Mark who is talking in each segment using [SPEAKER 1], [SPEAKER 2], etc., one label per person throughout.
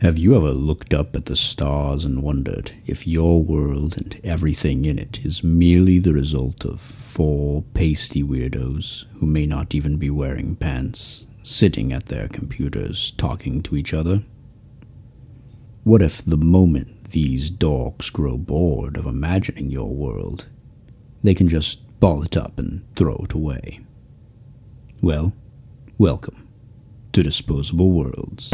[SPEAKER 1] Have you ever looked up at the stars and wondered if your world and everything in it is merely the result of four pasty weirdos who may not even be wearing pants, sitting at their computers talking to each other? What if the moment these dorks grow bored of imagining your world, they can just ball it up and throw it away? Well, welcome to Disposable Worlds.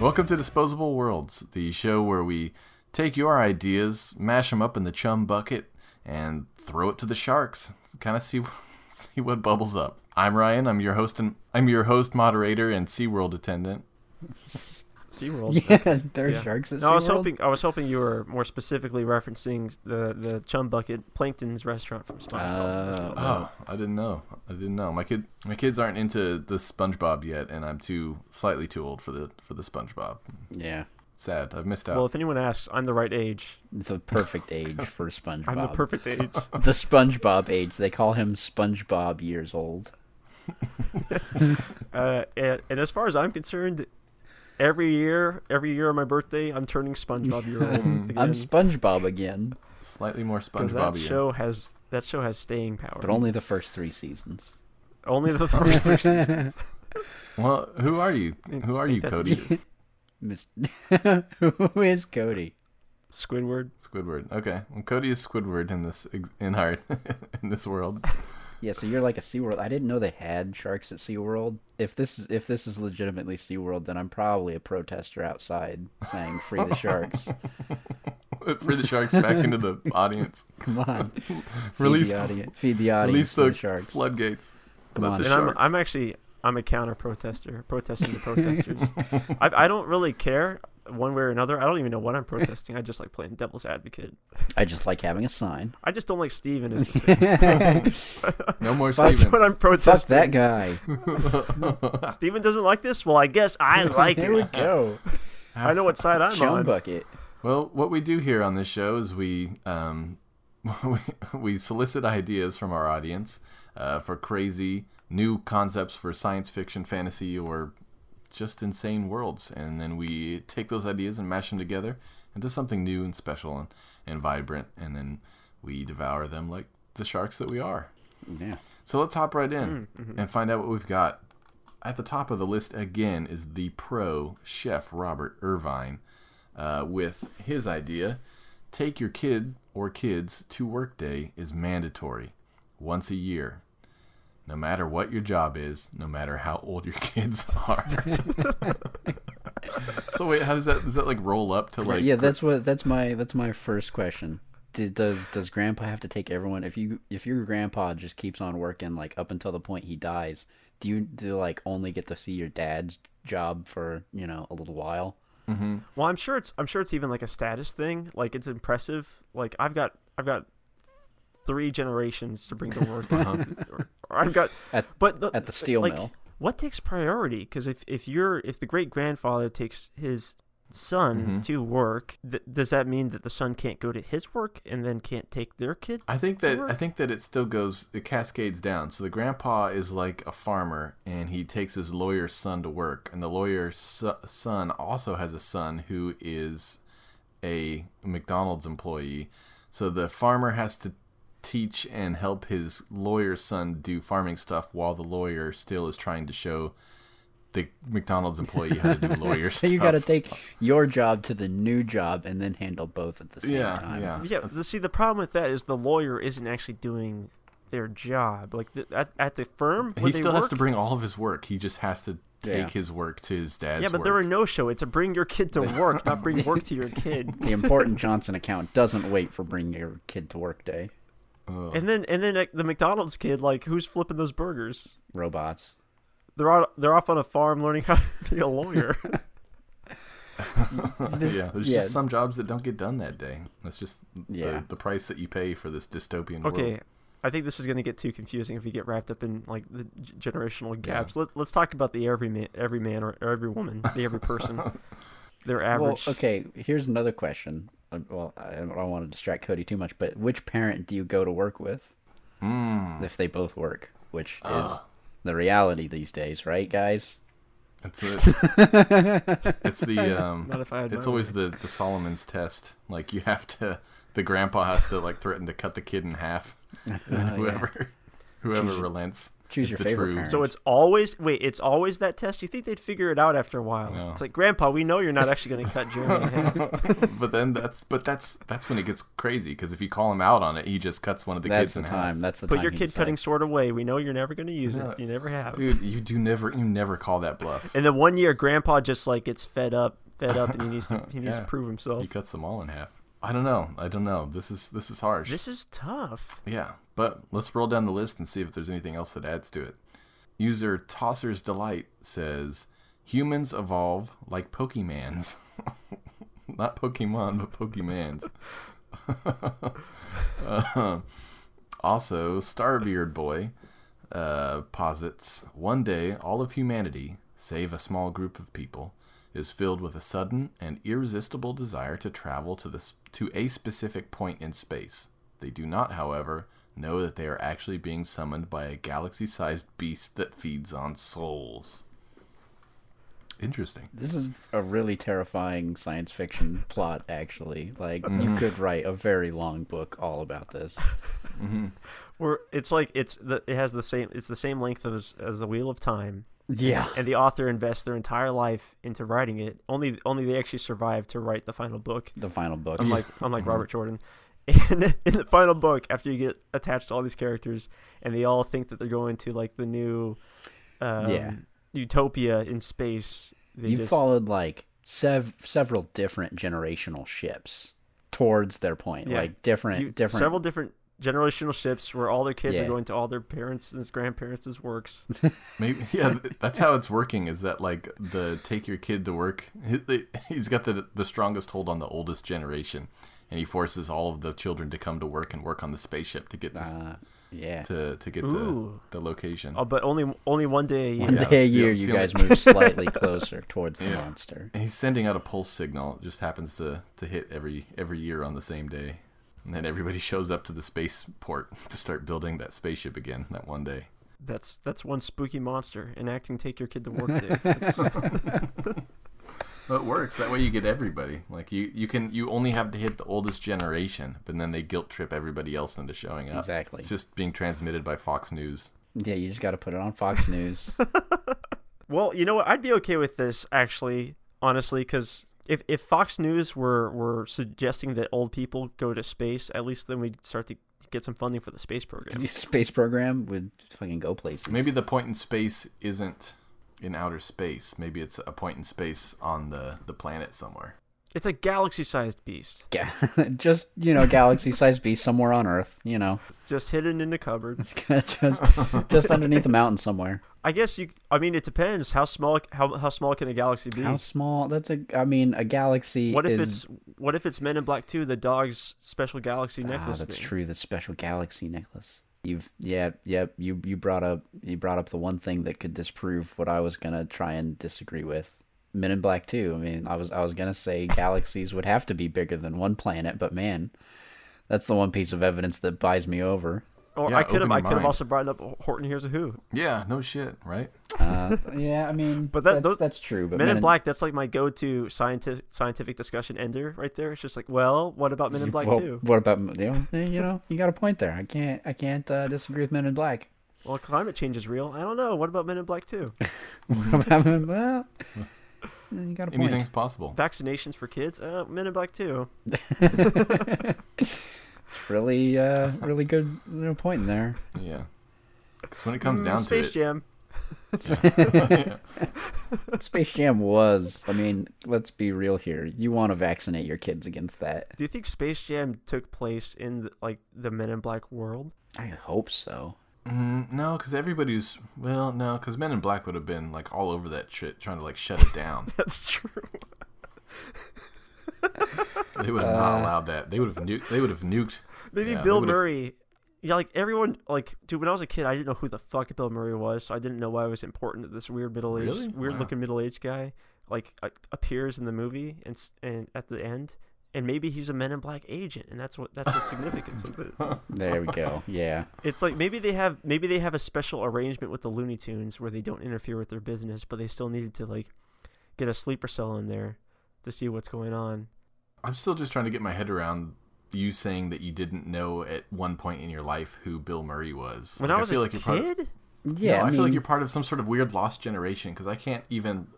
[SPEAKER 2] Welcome to Disposable Worlds, the show where we take your ideas, mash them up in the chum bucket, and throw it to the sharks. Kind of see see what bubbles up. I'm Ryan. I'm your host and I'm your host, moderator, and SeaWorld attendant.
[SPEAKER 3] SeaWorld.
[SPEAKER 4] Yeah, there are sharks at
[SPEAKER 3] No, I was
[SPEAKER 4] SeaWorld?
[SPEAKER 3] hoping I was hoping you were more specifically referencing the the Chum Bucket Plankton's restaurant from SpongeBob. That's what I
[SPEAKER 2] Oh, I didn't know. I didn't know. My kid, my kids aren't into the SpongeBob yet, and I'm too slightly too old for the for the SpongeBob.
[SPEAKER 4] Yeah,
[SPEAKER 2] Sad. I've missed out.
[SPEAKER 3] Well, if anyone asks, I'm the right age.
[SPEAKER 4] the perfect age for SpongeBob.
[SPEAKER 3] I'm the perfect age.
[SPEAKER 4] The SpongeBob age. They call him SpongeBob years old.
[SPEAKER 3] Uh, and, and as far as I'm concerned, every year, every year on my birthday, I'm turning SpongeBob year old again.
[SPEAKER 4] I'm SpongeBob again,
[SPEAKER 2] slightly more
[SPEAKER 3] 'cause
[SPEAKER 2] SpongeBob.
[SPEAKER 3] That show has that show has staying power.
[SPEAKER 4] but only the first three seasons.
[SPEAKER 3] only the first three seasons.
[SPEAKER 2] Well, who are you? Who are you,
[SPEAKER 3] that-
[SPEAKER 2] Cody?
[SPEAKER 4] Mis- Who is Cody?
[SPEAKER 3] Squidward.
[SPEAKER 2] Squidward. Okay, well, Cody is Squidward in this ex- in our in this world.
[SPEAKER 4] Yeah, so you're like a SeaWorld. I didn't know they had sharks at SeaWorld. If this is if this is legitimately SeaWorld, then I'm probably a protester outside saying free the sharks.
[SPEAKER 2] Free the sharks back into the audience.
[SPEAKER 4] Come on. Feed
[SPEAKER 2] Release
[SPEAKER 4] the
[SPEAKER 2] the-
[SPEAKER 4] audience. feed the audience
[SPEAKER 2] Release
[SPEAKER 4] to
[SPEAKER 2] the,
[SPEAKER 4] the sharks.
[SPEAKER 2] floodgates.
[SPEAKER 4] Come
[SPEAKER 2] Let
[SPEAKER 4] on.
[SPEAKER 2] the
[SPEAKER 3] and
[SPEAKER 2] sharks.
[SPEAKER 3] I'm, I'm actually I'm a counter protester, protesting the protesters. I, I don't really care one way or another. I don't even know what I'm protesting. I just like playing devil's advocate.
[SPEAKER 4] I just like having a sign.
[SPEAKER 3] I just don't like Steven. Is the thing.
[SPEAKER 2] no more
[SPEAKER 3] That's
[SPEAKER 2] Stevens.
[SPEAKER 3] what I'm protesting.
[SPEAKER 4] Fuck that guy.
[SPEAKER 3] Steven doesn't like this. Well, I guess I like
[SPEAKER 4] There we
[SPEAKER 3] it.
[SPEAKER 4] go.
[SPEAKER 3] I know what side I'm
[SPEAKER 4] Chum
[SPEAKER 3] on.
[SPEAKER 4] bucket.
[SPEAKER 2] Well, what we do here on this show is we um, we, we solicit ideas from our audience uh, for crazy new concepts for science fiction, fantasy, or just insane worlds, and then we take those ideas and mash them together into something new and special and, and vibrant, and then we devour them like the sharks that we are.
[SPEAKER 4] Yeah.
[SPEAKER 2] So let's hop right in and find out what we've got. At the top of the list again is the pro chef Robert Irvine uh, with his idea take your kid or kids to work day is mandatory once a year. No matter what your job is, no matter how old your kids are. so wait, how does that does that like roll up to like
[SPEAKER 4] yeah, that's what that's my that's my first question. D- Does does grandpa have to take everyone if you if your grandpa just keeps on working like up until the point he dies, do you do you, like only get to see your dad's job for, you know, a little while?
[SPEAKER 2] mm-hmm.
[SPEAKER 3] Well, I'm sure it's I'm sure it's even like a status thing. Like it's impressive. Like I've got I've got three generations to bring to work, or, or I've got.
[SPEAKER 4] Uh-huh. At-
[SPEAKER 3] but the,
[SPEAKER 4] at the steel
[SPEAKER 3] like,
[SPEAKER 4] mill.
[SPEAKER 3] what takes priority? Because if if you're if the great grandfather takes his son
[SPEAKER 2] Mm-hmm.
[SPEAKER 3] to work, th- does that mean that the son can't go to his work and then can't take their kid?
[SPEAKER 2] I think
[SPEAKER 3] to
[SPEAKER 2] that
[SPEAKER 3] work?
[SPEAKER 2] I think that it still goes it cascades down. So the grandpa is like a farmer and he takes his lawyer's son to work and the lawyer's so- son also has a son who is a McDonald's employee. So the farmer has to teach and help his lawyer's son do farming stuff while the lawyer still is trying to show the McDonald's employee how to do lawyer
[SPEAKER 4] So
[SPEAKER 2] stuff.
[SPEAKER 4] you got to take your job to the new job and then handle both at the same
[SPEAKER 2] yeah,
[SPEAKER 4] time.
[SPEAKER 2] yeah.
[SPEAKER 3] Yeah. The, see, the problem with that is the lawyer isn't actually doing their job. Like the, at at the firm, where
[SPEAKER 2] He
[SPEAKER 3] they
[SPEAKER 2] still has
[SPEAKER 3] work,
[SPEAKER 2] to bring all of his work. He just has to take
[SPEAKER 4] Yeah.
[SPEAKER 2] his work to his dad's
[SPEAKER 3] Yeah, but
[SPEAKER 2] work.
[SPEAKER 3] they're a no-show. It's a bring your kid to work, not bring work to your kid.
[SPEAKER 4] The important Johnson account doesn't wait for bring your kid to work day.
[SPEAKER 3] And then and then like, the McDonald's kid, like who's flipping those burgers?
[SPEAKER 4] Robots.
[SPEAKER 3] They're on, they're off on a farm learning how to be a lawyer.
[SPEAKER 4] This-
[SPEAKER 2] yeah, there's
[SPEAKER 4] yeah.
[SPEAKER 2] just some jobs that don't get done that day. That's just
[SPEAKER 4] Yeah.
[SPEAKER 2] the, the price that you pay for this dystopian world.
[SPEAKER 3] Okay, I think this is going to get too confusing if we get wrapped up in like the g- generational gaps. Let, let's talk about the every man, every man or, or every woman, the every person, their average.
[SPEAKER 4] Well, okay. Here's another question. Uh, Well, I I don't want to distract Cody too much, but which parent do you go to work with
[SPEAKER 2] Hmm.
[SPEAKER 4] if they both work? Which
[SPEAKER 2] Ah, Uh.
[SPEAKER 4] is the reality these days, right, guys?
[SPEAKER 2] That's it. it's the um,
[SPEAKER 3] Not if I had
[SPEAKER 2] it's
[SPEAKER 3] my
[SPEAKER 2] always the the Solomon's test. Like you have to, the grandpa has to like threaten to cut the kid in half. And
[SPEAKER 4] Oh, Uh, yeah.
[SPEAKER 2] whoever whoever relents,
[SPEAKER 4] choose
[SPEAKER 2] is
[SPEAKER 4] your
[SPEAKER 2] the
[SPEAKER 4] favorite
[SPEAKER 2] true.
[SPEAKER 4] parent.
[SPEAKER 3] So it's always wait, it's always that test. You think they'd figure it out after a while?
[SPEAKER 2] No.
[SPEAKER 3] It's like Grandpa, we know you're not actually going to cut Jeremy. in half."
[SPEAKER 2] but then that's but that's that's when it gets crazy because if you call him out on it, he just cuts one of the
[SPEAKER 4] That's
[SPEAKER 2] kids in
[SPEAKER 4] the time. That's the time.
[SPEAKER 3] Put your
[SPEAKER 4] you
[SPEAKER 3] kid
[SPEAKER 4] decide.
[SPEAKER 3] cutting sword away. We know you're never going to use
[SPEAKER 2] Yeah.
[SPEAKER 3] it. You never have.
[SPEAKER 2] half. Dude, you do never you never call that bluff.
[SPEAKER 3] And then one year, Grandpa just like gets fed up, fed up, and he needs to he needs
[SPEAKER 2] Yeah.
[SPEAKER 3] to prove himself.
[SPEAKER 2] He cuts them all in half. I don't know. I don't know. This is this is harsh.
[SPEAKER 3] This is tough.
[SPEAKER 2] Yeah, but let's roll down the list and see if there's anything else that adds to it. User Tosser's Delight says humans evolve like Pokemans. Not Pokemon, but Pokemans. Uh, also, Starbeard Boy uh, posits one day all of humanity, save a small group of people, is filled with a sudden and irresistible desire to travel to this to a specific point in space. They do not, however, know that they are actually being summoned by a galaxy-sized beast that feeds on souls. Interesting.
[SPEAKER 4] This is a really terrifying science fiction plot, actually. Like, you could write a very long book all about this.
[SPEAKER 3] Where it's like it's the it has the same it's the same length as as the Wheel of Time,
[SPEAKER 4] Yeah.
[SPEAKER 3] and the author invests their entire life into writing it. Only only they actually survive to write the final book.
[SPEAKER 4] The final book.
[SPEAKER 3] unlike
[SPEAKER 4] Mm-hmm.
[SPEAKER 3] unlike Robert Jordan. And in the final book, after you get attached to all these characters, and they all think that they're going to like the new, um,
[SPEAKER 4] Yeah.
[SPEAKER 3] utopia in space. They
[SPEAKER 4] you
[SPEAKER 3] just-
[SPEAKER 4] followed like sev- several different generational ships towards their point
[SPEAKER 3] Yeah.
[SPEAKER 4] like different
[SPEAKER 3] you-
[SPEAKER 4] different uh,
[SPEAKER 3] several different generational ships where all their kids
[SPEAKER 4] Yeah.
[SPEAKER 3] are going to all their parents' and grandparents' works.
[SPEAKER 2] Maybe yeah, th- that's how it's working. Is that like the take your kid to work? he- He's got the the strongest hold on the oldest generation, and he forces all of the children to come to work and work on the spaceship to get to
[SPEAKER 4] uh, yeah
[SPEAKER 2] to, to get
[SPEAKER 3] Ah. Ooh.
[SPEAKER 2] the the location.
[SPEAKER 3] Oh, but only only one day uh, a year.
[SPEAKER 4] one
[SPEAKER 2] yeah,
[SPEAKER 4] day a
[SPEAKER 2] it's the-
[SPEAKER 4] year
[SPEAKER 2] it's
[SPEAKER 4] you
[SPEAKER 2] the
[SPEAKER 4] guys
[SPEAKER 2] only-
[SPEAKER 4] move slightly closer towards the monster
[SPEAKER 2] And he's sending out a pulse signal. It just happens to to hit every every year on the same day, and then everybody shows up to the spaceport to start building that spaceship again that one day.
[SPEAKER 3] That's that's one spooky monster enacting "Take Your Kid to Work" Day. That's-
[SPEAKER 2] Well, it works. That way you get everybody. Like you, you can you only have to hit the oldest generation, but then they guilt trip everybody else into showing up.
[SPEAKER 4] Exactly.
[SPEAKER 2] It's just being transmitted by Fox News.
[SPEAKER 4] yeah you just got to put it on fox news
[SPEAKER 3] Well, you know what? I'd be okay with this actually, honestly, because if, if Fox News were, were suggesting that old people go to space, at least then we'd start to get some funding for the space program.
[SPEAKER 4] the space program would fucking go places
[SPEAKER 2] Maybe the point in space isn't in outer space. Maybe it's a point in space on the the planet somewhere.
[SPEAKER 3] It's a galaxy-sized beast,
[SPEAKER 4] Ga- just you know galaxy size b somewhere on earth you know
[SPEAKER 3] just hidden in the cupboard.
[SPEAKER 4] just just underneath a mountain somewhere
[SPEAKER 3] I guess you. I mean, it depends how small how, how small can a galaxy be.
[SPEAKER 4] how small that's a i mean a galaxy
[SPEAKER 3] what if
[SPEAKER 4] is
[SPEAKER 3] it's what if it's Men in Black Two, the dog's special galaxy
[SPEAKER 4] Ah,
[SPEAKER 3] necklace?
[SPEAKER 4] that's
[SPEAKER 3] thing?
[SPEAKER 4] true. The special galaxy necklace. You've yeah yeah you you brought up you brought up the one thing that could disprove what I was gonna try and disagree with. Men in Black Two. I mean, I was I was gonna say galaxies would have to be bigger than one planet, but man, that's the one piece of evidence that buys me over.
[SPEAKER 3] Or
[SPEAKER 2] Yeah,
[SPEAKER 3] I could
[SPEAKER 2] open your
[SPEAKER 3] have I could have
[SPEAKER 2] mind.
[SPEAKER 3] also brought up Horton Hears a Who.
[SPEAKER 2] Yeah, no shit, right?
[SPEAKER 4] Uh, yeah, I mean,
[SPEAKER 3] But
[SPEAKER 4] but
[SPEAKER 3] that-
[SPEAKER 4] that's,
[SPEAKER 3] those-
[SPEAKER 4] that's true. But
[SPEAKER 3] Men in Black, that's like my go-to scientific scientific discussion ender right there. It's just like, well, what about Men in Black
[SPEAKER 4] well,
[SPEAKER 3] Two?
[SPEAKER 4] What about you know, eh, you know you got a point there. I can't I can't uh, disagree with Men in Black.
[SPEAKER 3] Well, climate change is real. I don't know. What about Men in Black Two?
[SPEAKER 4] What about Men- well, you got a point.
[SPEAKER 2] Anything's possible.
[SPEAKER 3] Vaccinations for kids? Uh, Men in Black Two.
[SPEAKER 4] Really uh, really good you know, point in there.
[SPEAKER 2] Yeah. 'Cause when it comes
[SPEAKER 3] Mm,
[SPEAKER 2] down
[SPEAKER 3] Space
[SPEAKER 2] to it,
[SPEAKER 3] Jam.
[SPEAKER 4] Space Jam was. I mean, let's be real here. You want to vaccinate your kids against that.
[SPEAKER 3] Do you think Space Jam took place in like the Men in Black world?
[SPEAKER 4] I hope so.
[SPEAKER 2] mm, no, because everybody's well, no, because Men in Black would have been like all over that shit, trying to like shut it down.
[SPEAKER 3] That's true.
[SPEAKER 2] They would have not allowed that. They would have nuked. They would have nuked.
[SPEAKER 3] Maybe
[SPEAKER 2] Yeah, they
[SPEAKER 3] Bill
[SPEAKER 2] would've-
[SPEAKER 3] Murray. Yeah, like everyone, like dude. When I was a kid, I didn't know who the fuck Bill Murray was, so I didn't know why it was important that this weird middle aged,
[SPEAKER 2] Really?
[SPEAKER 3] weird
[SPEAKER 2] Wow.
[SPEAKER 3] looking middle aged guy like a- appears in the movie and s- and at the end, and maybe he's a Men in Black agent, and that's what that's the significance of it.
[SPEAKER 4] There we go. Yeah.
[SPEAKER 3] It's like maybe they have maybe they have a special arrangement with the Looney Tunes where they don't interfere with their business, but they still needed to like get a sleeper cell in there to see what's going on.
[SPEAKER 2] I'm still just trying to get my head around you saying that you didn't know at one point in your life who Bill Murray was.
[SPEAKER 3] When
[SPEAKER 2] Like,
[SPEAKER 3] I was
[SPEAKER 2] feel
[SPEAKER 3] a
[SPEAKER 2] like you're
[SPEAKER 3] kid,
[SPEAKER 2] part of-
[SPEAKER 4] Yeah.
[SPEAKER 2] No, I,
[SPEAKER 4] I,
[SPEAKER 2] feel like
[SPEAKER 4] mean,
[SPEAKER 2] you're part of some sort of weird lost generation because I can't even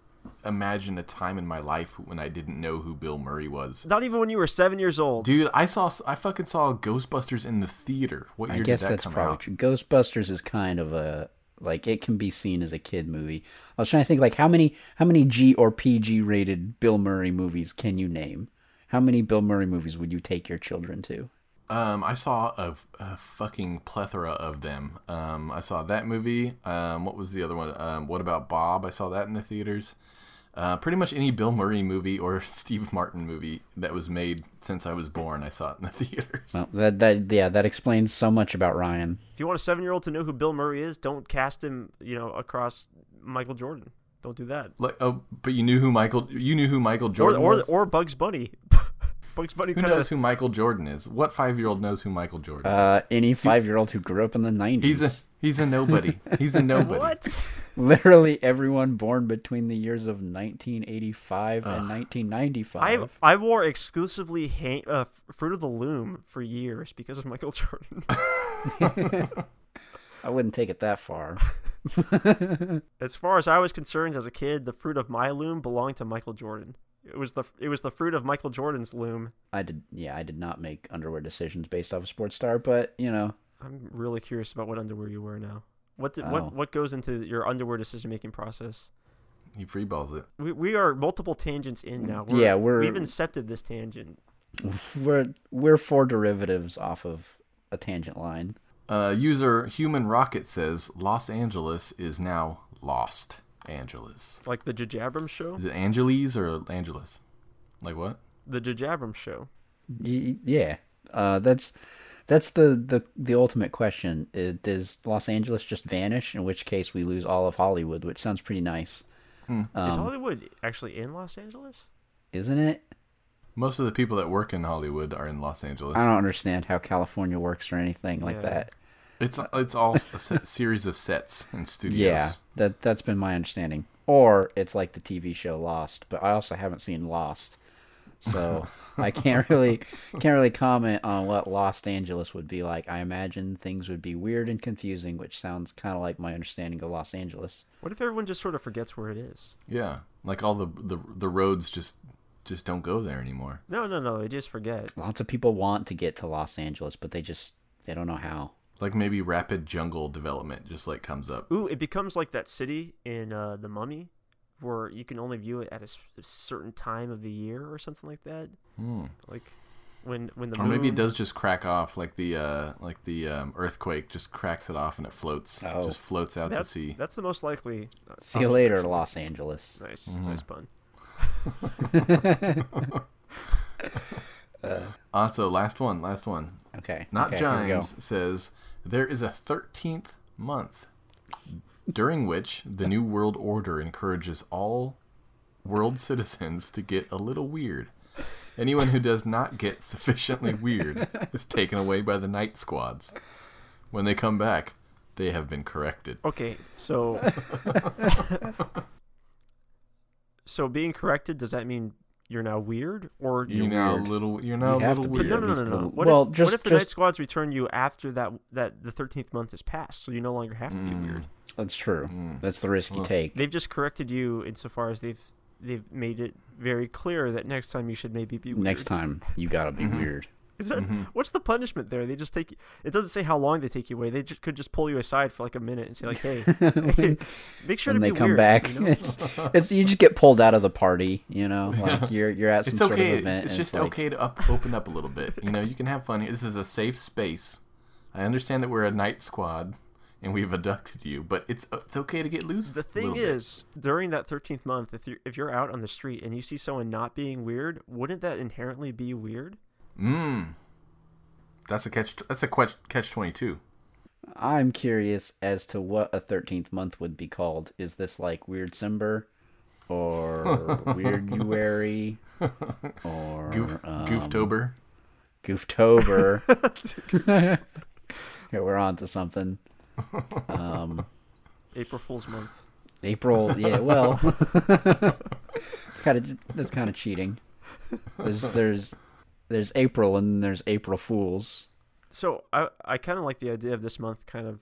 [SPEAKER 2] imagine a time in my life when I didn't know who Bill Murray was.
[SPEAKER 3] not even when you were seven years old.
[SPEAKER 2] Dude, I saw I fucking saw Ghostbusters in the theater. What year
[SPEAKER 4] I guess
[SPEAKER 2] did that
[SPEAKER 4] that's
[SPEAKER 2] come
[SPEAKER 4] probably
[SPEAKER 2] out?
[SPEAKER 4] true. Ghostbusters is kind of a like it can be seen as a kid movie. I was trying to think like how many how many G or PG rated Bill Murray movies can you name? How many Bill Murray movies would you take your children to?
[SPEAKER 2] Um, I saw a, f- a fucking plethora of them. Um, I saw that movie. Um, what was the other one? Um, what about Bob? I saw that in the theaters. Uh, pretty much any Bill Murray movie or Steve Martin movie that was made since I was born, I saw it in the theaters.
[SPEAKER 4] Well, that that yeah, that explains so much about Ryan.
[SPEAKER 3] If you want a seven year old to know who Bill Murray is, don't cast him, you know, across Michael Jordan. Don't do that.
[SPEAKER 2] Like, oh, but you knew who Michael you knew who Michael
[SPEAKER 3] Or
[SPEAKER 2] Jordan
[SPEAKER 3] or,
[SPEAKER 2] was?
[SPEAKER 3] or Bugs Bunny. Bugs Bunny
[SPEAKER 2] who
[SPEAKER 3] kind
[SPEAKER 2] knows
[SPEAKER 3] of
[SPEAKER 2] who Michael Jordan is? What five year old knows who Michael Jordan? is?
[SPEAKER 4] Uh, any five year old who grew up in the nineties.
[SPEAKER 2] He's a he's a nobody. He's a nobody.
[SPEAKER 3] what?
[SPEAKER 4] Literally everyone born between the years of 1985 and 1995.
[SPEAKER 3] I I wore exclusively ha- uh, F- Fruit of the Loom for years because of Michael Jordan.
[SPEAKER 4] I wouldn't take it that far.
[SPEAKER 3] as far as I was concerned, as a kid, the fruit of my loom belonged to Michael Jordan. It was the it was the fruit of Michael Jordan's loom.
[SPEAKER 4] I did, yeah, I did not make underwear decisions based off of Sports Star, but you know,
[SPEAKER 3] I'm really curious about what underwear you wear now. What did, what
[SPEAKER 4] Oh.
[SPEAKER 3] what goes into your underwear decision making process?
[SPEAKER 2] He freeballs it.
[SPEAKER 3] We, we are multiple tangents in now. We're,
[SPEAKER 4] Yeah, we're-
[SPEAKER 3] we've incepted this tangent.
[SPEAKER 4] we're we're four derivatives off of a tangent line.
[SPEAKER 2] Uh, user Human Rocket says Los Angeles is now Lost Angeles.
[SPEAKER 3] It's like the Jajabram show.
[SPEAKER 2] Is it Angeles or Angeles? Like what?
[SPEAKER 3] The Jajabram show.
[SPEAKER 4] Y- yeah, uh, that's that's the, the the ultimate question. Uh, Does Los Angeles just vanish? In which case, we lose all of Hollywood, which sounds pretty nice,
[SPEAKER 3] Hmm.
[SPEAKER 4] Um,
[SPEAKER 3] Is
[SPEAKER 2] Um,
[SPEAKER 3] Hollywood actually in Los Angeles?
[SPEAKER 4] isn't it?
[SPEAKER 2] Most of the people that work in Hollywood are in Los Angeles.
[SPEAKER 4] I don't understand how California works or anything like
[SPEAKER 3] Yeah.
[SPEAKER 4] that.
[SPEAKER 2] It's it's all a se- series of sets and studios.
[SPEAKER 4] Yeah, that that's been my understanding. Or it's like the TV show Lost, but I also haven't seen Lost, so I can't really can't really comment on what Los Angeles would be like. I imagine things would be weird and confusing, which sounds kind of like my understanding of Los Angeles.
[SPEAKER 3] What if everyone just sort of forgets where it is?
[SPEAKER 2] Yeah. Like all the, the the roads just just don't go there anymore.
[SPEAKER 3] No, no, no. They just forget.
[SPEAKER 4] Lots of people want to get to Los Angeles, but they just they don't know how.
[SPEAKER 2] Like maybe rapid jungle development just like comes up.
[SPEAKER 3] Ooh, it becomes like that city in uh, The Mummy where you can only view it at a, s- a certain time of the year or something like that.
[SPEAKER 2] Hmm.
[SPEAKER 3] Like when when the
[SPEAKER 2] Or maybe it
[SPEAKER 3] moon-
[SPEAKER 2] does just crack off, like the uh, like the um, earthquake just cracks it off and it floats,
[SPEAKER 4] Oh.
[SPEAKER 2] just floats out
[SPEAKER 3] That's,
[SPEAKER 2] to sea.
[SPEAKER 3] that's the most likely. uh,
[SPEAKER 4] See
[SPEAKER 2] Oh,
[SPEAKER 4] you later, Los Angeles.
[SPEAKER 3] Nice,
[SPEAKER 2] Mm-hmm.
[SPEAKER 3] nice pun.
[SPEAKER 2] Also, Uh, last one, last one.
[SPEAKER 4] Okay,
[SPEAKER 2] Not
[SPEAKER 4] okay, here we go.
[SPEAKER 2] James says there is a thirteenth month during which the New World Order encourages all world citizens to get a little weird. Anyone who does not get sufficiently weird is taken away by the night squads. When they come back, they have been corrected.
[SPEAKER 3] Okay, so so being corrected does that mean you're now weird or
[SPEAKER 2] You're,
[SPEAKER 3] you
[SPEAKER 2] now
[SPEAKER 4] weird.
[SPEAKER 2] a little. You're now
[SPEAKER 4] You
[SPEAKER 2] a
[SPEAKER 4] have
[SPEAKER 2] little
[SPEAKER 4] to be
[SPEAKER 2] weird.
[SPEAKER 3] No, no, no,
[SPEAKER 4] least
[SPEAKER 3] no,
[SPEAKER 4] a
[SPEAKER 3] no.
[SPEAKER 4] little-
[SPEAKER 3] What,
[SPEAKER 4] well,
[SPEAKER 3] if,
[SPEAKER 4] just-
[SPEAKER 3] what if the night
[SPEAKER 4] just-
[SPEAKER 3] squads return you after that that the thirteenth month has passed, so you no longer have to be
[SPEAKER 2] Mm,
[SPEAKER 3] weird?
[SPEAKER 4] That's true. That's the risk you take.
[SPEAKER 3] They've just corrected you insofar as they've they've made it very clear that next time you should maybe be weird.
[SPEAKER 4] Next time, you gotta be
[SPEAKER 2] Mm-hmm.
[SPEAKER 4] weird.
[SPEAKER 3] Is that, What's the punishment there? They just take you, it doesn't say how long they take you away. They just could just pull you aside for like a minute and say like, "Hey, hey, make sure
[SPEAKER 4] when
[SPEAKER 3] to
[SPEAKER 4] they
[SPEAKER 3] be
[SPEAKER 4] come
[SPEAKER 3] weird,"
[SPEAKER 4] back.
[SPEAKER 3] you know?
[SPEAKER 4] It's it's you just get pulled out of the party, you know. Like you're you're at some
[SPEAKER 2] it's
[SPEAKER 4] sort
[SPEAKER 2] okay.
[SPEAKER 4] of event.
[SPEAKER 2] it's
[SPEAKER 4] and
[SPEAKER 2] just
[SPEAKER 4] like,
[SPEAKER 2] okay to up, open up a little bit. You know, you can have fun here. This is a safe space. I understand that we're a night squad and we've abducted you, but it's it's okay to get loose.
[SPEAKER 3] The
[SPEAKER 2] a
[SPEAKER 3] thing
[SPEAKER 2] little bit.
[SPEAKER 3] is, during that 13th month, if you're, if you're out on the street and you see someone not being weird, wouldn't that inherently be weird?
[SPEAKER 2] mm, that's a catch. That's a catch catch twenty two.
[SPEAKER 4] I'm curious as to what a 13th month would be called. Is this like Weird Simber or Weirduary or
[SPEAKER 2] Goof
[SPEAKER 4] um,
[SPEAKER 2] Gooftober.
[SPEAKER 4] Gooftober? yeah, we're on to something. Um,
[SPEAKER 3] April Fool's Month.
[SPEAKER 4] April, yeah, well, it's kind of that's kind of cheating. There's there's there's April and then there's April Fools.
[SPEAKER 3] So I, I kind of like the idea of this month kind of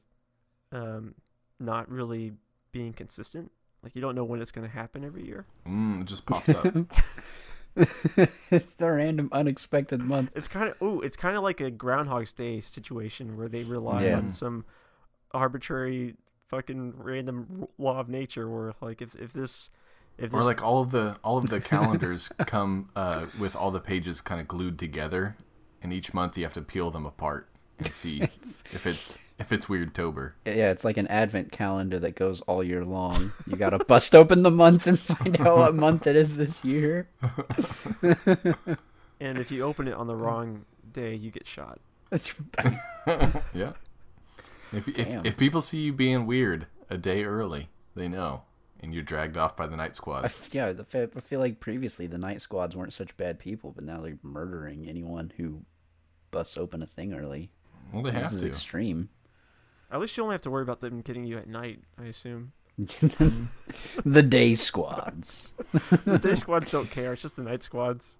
[SPEAKER 3] um, not really being consistent. Like you don't know when it's going to happen every year.
[SPEAKER 2] Mm, it just pops up.
[SPEAKER 4] it's the random unexpected month.
[SPEAKER 3] It's kind of ooh, it's kind of like a Groundhog's Day situation where they rely
[SPEAKER 4] Yeah.
[SPEAKER 3] on some arbitrary fucking random r- law of nature where like if, if this if
[SPEAKER 2] or
[SPEAKER 3] this
[SPEAKER 2] like all of the all of the calendars come uh, with all the pages kind of glued together, and each month you have to peel them apart and see if it's if it's weird tober.
[SPEAKER 4] Yeah, it's like an advent calendar that goes all year long. You gotta bust open the month and find out what month it is this year.
[SPEAKER 3] and if you open it on the wrong day you get shot.
[SPEAKER 4] That's
[SPEAKER 2] Yeah. If, if
[SPEAKER 4] Damn.
[SPEAKER 2] if people see you being weird a day early, they know, and you're dragged off by the night
[SPEAKER 4] I
[SPEAKER 2] squad.
[SPEAKER 4] f- yeah. The, fe- I feel like previously the night squads weren't such bad people, but now they're murdering anyone who busts open a thing early.
[SPEAKER 2] Well, they have
[SPEAKER 4] This is
[SPEAKER 2] to.
[SPEAKER 4] extreme.
[SPEAKER 3] At least you only have to worry about them getting you at night, I assume.
[SPEAKER 4] the day squads.
[SPEAKER 3] The day squads don't care. It's just the night squads.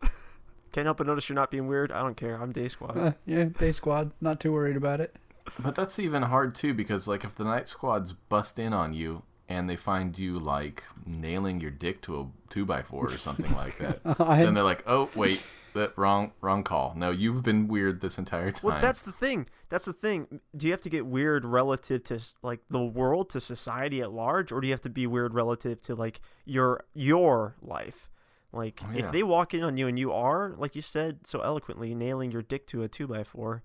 [SPEAKER 3] Can't help but notice you're not being weird. I don't care. I'm day squad.
[SPEAKER 4] Uh, yeah, day squad. Not too worried about it.
[SPEAKER 2] But that's even hard too, because like if the night squads bust in on you and they find you like nailing your dick to a two by four or something like that, then they're like, "Oh wait, that wrong wrong call. No, you've been weird this entire time."
[SPEAKER 3] Well, that's the thing. That's the thing. Do you have to get weird relative to s- like the world, to society at large, or do you have to be weird relative to like your your life? Like
[SPEAKER 2] Oh, yeah.
[SPEAKER 3] if they walk in on you and you are, like you said so eloquently, nailing your dick to a two by four,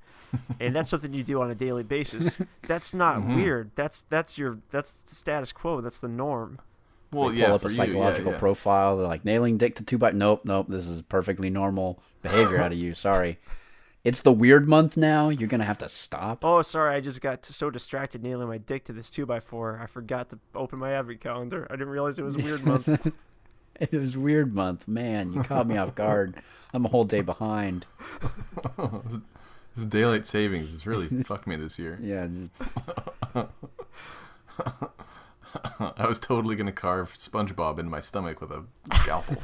[SPEAKER 3] and that's something you do on a daily basis. That's not
[SPEAKER 2] Mm-hmm.
[SPEAKER 3] weird. That's that's your that's status quo. That's the norm.
[SPEAKER 2] well,
[SPEAKER 4] They
[SPEAKER 2] yeah,
[SPEAKER 4] pull up
[SPEAKER 2] for
[SPEAKER 4] a
[SPEAKER 2] you,
[SPEAKER 4] psychological
[SPEAKER 2] yeah, yeah.
[SPEAKER 4] profile. They're like nailing dick to two by. Nope, nope. This is perfectly normal behavior out of you. Sorry. It's the weird month now. You're gonna have to stop.
[SPEAKER 3] Oh, sorry, I just got so distracted nailing my dick to this two by four. I forgot to open my advent calendar. I didn't realize it was weird month.
[SPEAKER 4] It was weird month, man. You caught me off guard. I'm a whole day behind.
[SPEAKER 2] This daylight savings has really fucked me this year.
[SPEAKER 4] Yeah,
[SPEAKER 2] I was totally gonna carve SpongeBob in my stomach with a scalpel,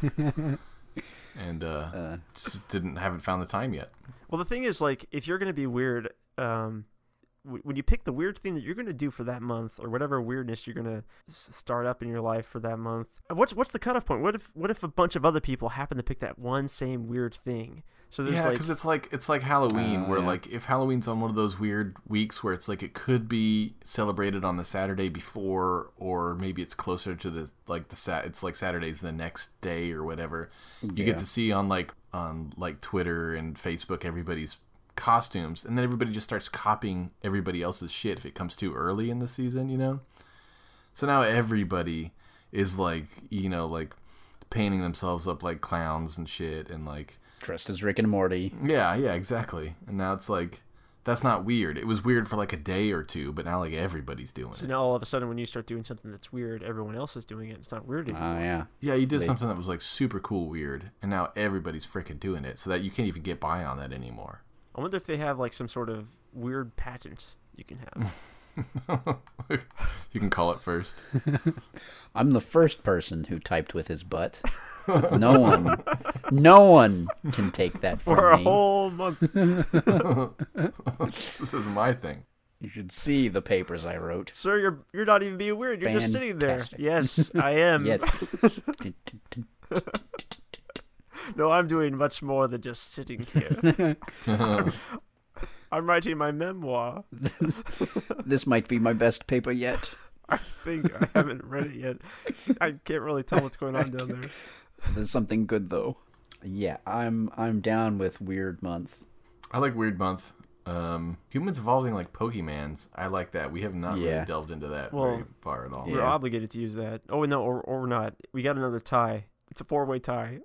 [SPEAKER 2] and uh, just didn't haven't found the time yet.
[SPEAKER 3] Well, the thing is, like, if you're going to be weird, um, w- when you pick the weird thing that you're going to do for that month, or whatever weirdness you're going to s- start up in your life for that month, uh, what's what's the cutoff point? What if what if a bunch of other people happen to pick that one same weird thing? So there's
[SPEAKER 2] Yeah,
[SPEAKER 3] like,
[SPEAKER 2] because it's like it's like Halloween,
[SPEAKER 4] Oh,
[SPEAKER 2] where
[SPEAKER 4] yeah.
[SPEAKER 2] like if Halloween's on one of those weird weeks where it's like it could be celebrated on the Saturday before, or maybe it's closer to the like the sat. It's like Saturday's the next day or whatever. You
[SPEAKER 4] Yeah.
[SPEAKER 2] get to see on like on like Twitter and Facebook everybody's costumes, and then everybody just starts copying everybody else's shit if it comes too early in the season, you know. So now everybody is like you know like painting themselves up like clowns and shit, and like.
[SPEAKER 4] dressed as Rick and Morty.
[SPEAKER 2] Yeah, yeah, exactly. And now it's like that's not weird. It was weird for like a day or two, but now like everybody's doing
[SPEAKER 3] so
[SPEAKER 2] it.
[SPEAKER 3] now all of a sudden when you start doing something that's weird, everyone else is doing it. It's not weird
[SPEAKER 4] Oh
[SPEAKER 3] anymore.
[SPEAKER 4] yeah,
[SPEAKER 2] Yeah, you did something that was like super cool weird, and now everybody's freaking doing it, so that you can't even get by on that anymore.
[SPEAKER 3] I wonder if they have like some sort of weird patent you can have.
[SPEAKER 2] you can call it first.
[SPEAKER 4] I'm the first person who typed with his butt. No one, no one can take that from
[SPEAKER 3] For a
[SPEAKER 4] me.
[SPEAKER 3] whole month.
[SPEAKER 2] This is my thing.
[SPEAKER 4] You should see the papers I wrote.
[SPEAKER 3] Sir, you're you're not even being weird. You're just sitting there.
[SPEAKER 4] Fantastic.
[SPEAKER 3] Yes, I am.
[SPEAKER 4] Yes.
[SPEAKER 3] No, I'm doing much more than just sitting here. I'm writing my memoir.
[SPEAKER 4] this might be my best paper yet.
[SPEAKER 3] I think I haven't read it yet. I can't really tell what's going on down there.
[SPEAKER 4] There's something good though. Yeah, I'm I'm down with weird month.
[SPEAKER 2] I like Weird Month. Um, humans evolving like Pokemans. I like that. We have not
[SPEAKER 4] Yeah.
[SPEAKER 2] really delved into that
[SPEAKER 3] Well,
[SPEAKER 2] very far at all.
[SPEAKER 3] We're obligated to use that. Oh no, or, or we're not. We got another tie. It's a four-way tie.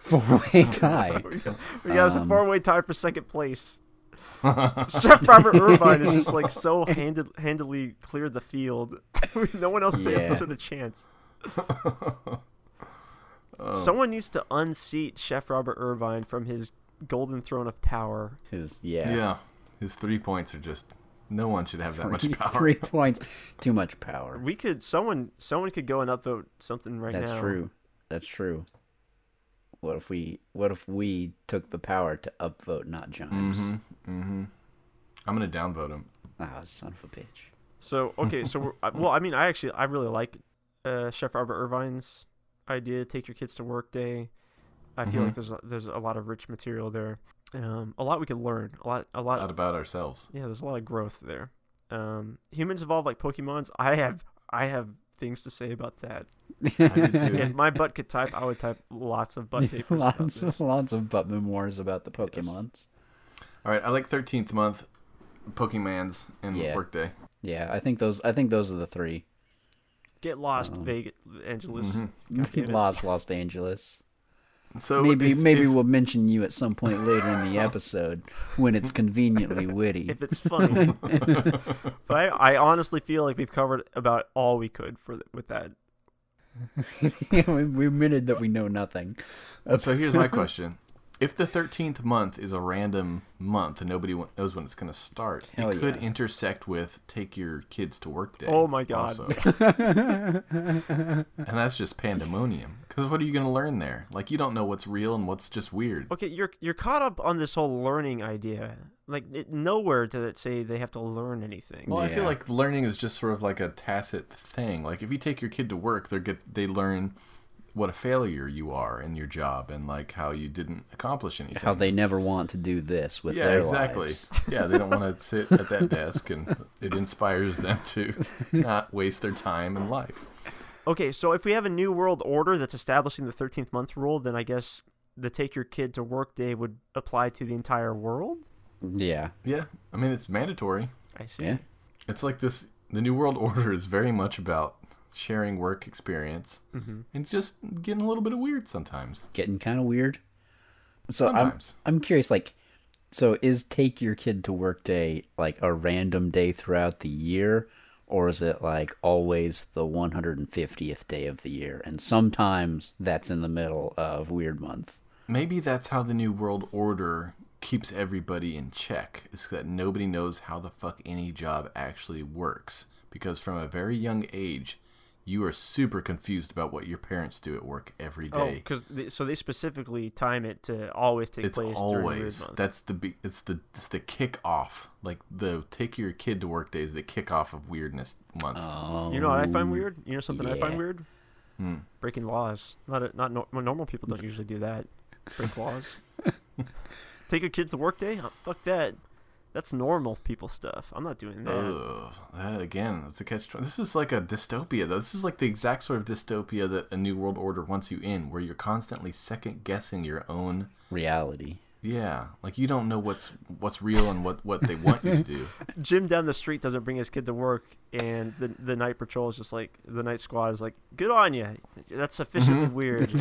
[SPEAKER 4] Four-way tie.
[SPEAKER 3] We got us a
[SPEAKER 4] Um,
[SPEAKER 3] four-way tie for second place. Chef Robert Irvine is just like so handed, handily cleared the field. no one else
[SPEAKER 4] Yeah.
[SPEAKER 3] stands with a chance.
[SPEAKER 4] Oh.
[SPEAKER 3] Someone needs to unseat Chef Robert Irvine from his golden throne of power.
[SPEAKER 4] His, yeah.
[SPEAKER 2] Yeah, his three points are just. No one should have that much
[SPEAKER 4] Three-
[SPEAKER 2] power.
[SPEAKER 4] Three points. Too much power.
[SPEAKER 3] We could someone someone could go and upvote something right
[SPEAKER 4] That's
[SPEAKER 3] now.
[SPEAKER 4] true. That's true. What if we what if we took the power to upvote not Giants?
[SPEAKER 2] Mm-hmm. I'm gonna downvote him.
[SPEAKER 4] Ah, son of a bitch.
[SPEAKER 3] So okay, so we're, I- well, I mean, I actually I really like uh, Chef Robert Irvine's idea, take your kids to work day. I
[SPEAKER 4] Mm-hmm.
[SPEAKER 3] feel like there's a, there's a lot of rich material there, um, a lot we could learn, a lot a
[SPEAKER 4] Uh,
[SPEAKER 3] lot.
[SPEAKER 2] Not about ourselves.
[SPEAKER 3] yeah, there's a lot of growth there. Um, humans evolve like Pokemons. I have I have things to say about that.
[SPEAKER 2] I do too.
[SPEAKER 3] If my butt could type, I would type lots of butt papers. about
[SPEAKER 4] lots
[SPEAKER 3] this.
[SPEAKER 4] of lots of butt memoirs about the Pokemons.
[SPEAKER 2] All right, I like thirteenth month, Pokemans and
[SPEAKER 4] Yeah.
[SPEAKER 2] Workday.
[SPEAKER 4] Yeah, I think those I think those are the three.
[SPEAKER 3] Get lost,
[SPEAKER 4] Oh.
[SPEAKER 3] Vegas, Angeles.
[SPEAKER 4] Mm-hmm.
[SPEAKER 3] God damn it.
[SPEAKER 4] Los Los Angeles.
[SPEAKER 2] Mm-hmm. So
[SPEAKER 4] Maybe
[SPEAKER 2] if-
[SPEAKER 4] maybe
[SPEAKER 2] if-
[SPEAKER 4] we'll mention you at some point later in the episode when it's conveniently witty.
[SPEAKER 3] if it's funny. but I, I honestly feel like we've covered about all we could for with that.
[SPEAKER 4] Yeah, we, we admitted that we know nothing.
[SPEAKER 2] So here's my question: If the thirteenth month is a random month and nobody wa- knows when it's going to start,
[SPEAKER 4] Hell
[SPEAKER 2] it could
[SPEAKER 4] Oh, yeah.
[SPEAKER 2] intersect with "Take Your Kids to Work Day."
[SPEAKER 3] Oh my God.
[SPEAKER 2] and that's just pandemonium. Because what are you going to learn there? Like you don't know what's real and what's just weird.
[SPEAKER 3] Okay, you're you're caught up on this whole learning idea. Like it, nowhere does it say they have to learn anything.
[SPEAKER 2] Well, I feel
[SPEAKER 4] Yeah.
[SPEAKER 2] like learning is just sort of like a tacit thing. Like if you take your kid to work, they get they learn what a failure you are in your job and like how you didn't accomplish anything.
[SPEAKER 4] How they never want to do this with
[SPEAKER 2] yeah,
[SPEAKER 4] their
[SPEAKER 2] exactly.
[SPEAKER 4] lives.
[SPEAKER 2] Yeah, they don't want to sit at that desk, and it inspires them to not waste their time and life.
[SPEAKER 3] Okay, so if we have a new world order that's establishing the thirteenth month rule, then I guess the take your kid to work day would apply to the entire world.
[SPEAKER 4] Yeah.
[SPEAKER 2] Yeah, I mean it's mandatory.
[SPEAKER 3] I see.
[SPEAKER 4] Yeah.
[SPEAKER 2] It's like this. The New World Order is very much about sharing work experience
[SPEAKER 4] Mm-hmm.
[SPEAKER 2] and just getting a little bit of weird sometimes.
[SPEAKER 4] Getting kind of weird. So
[SPEAKER 2] Sometimes.
[SPEAKER 4] I'm I'm curious like so is take your kid to work day like a random day throughout the year or is it like always the 150th day of the year and sometimes that's in the middle of weird month.
[SPEAKER 2] Maybe that's how the New World Order keeps everybody in check, is that nobody knows how the fuck any job actually works. Because from a very young age, you are super confused about what your parents do at work every
[SPEAKER 3] Oh,
[SPEAKER 2] day.
[SPEAKER 3] because they, so they specifically time it to always take
[SPEAKER 2] it's
[SPEAKER 3] place during weird
[SPEAKER 2] always
[SPEAKER 3] month.
[SPEAKER 2] that's the be- it's the it's the kick off like the take your kid to work day is the kick off of weirdness month.
[SPEAKER 4] Oh.
[SPEAKER 3] You know what I find weird? You know something I find
[SPEAKER 4] yeah.
[SPEAKER 3] weird?
[SPEAKER 2] Hmm.
[SPEAKER 3] Breaking laws. Not a, not nor- well, normal people don't usually do that. Break laws. Take your kids to work day? Uh, Fuck that. That's normal people stuff. I'm not doing that.
[SPEAKER 2] Ugh, that again, that's a catch. twen- This is like a dystopia, though. This is like the exact sort of dystopia that a new world order wants you in, where you're constantly second guessing your own.
[SPEAKER 4] reality.
[SPEAKER 2] Yeah, like you don't know what's what's real and what what they want you to do.
[SPEAKER 3] Jim down the street doesn't bring his kid to work, and the the night patrol is just like the night squad is like, good on you. That's
[SPEAKER 2] Mm-hmm.
[SPEAKER 3] sufficiently weird.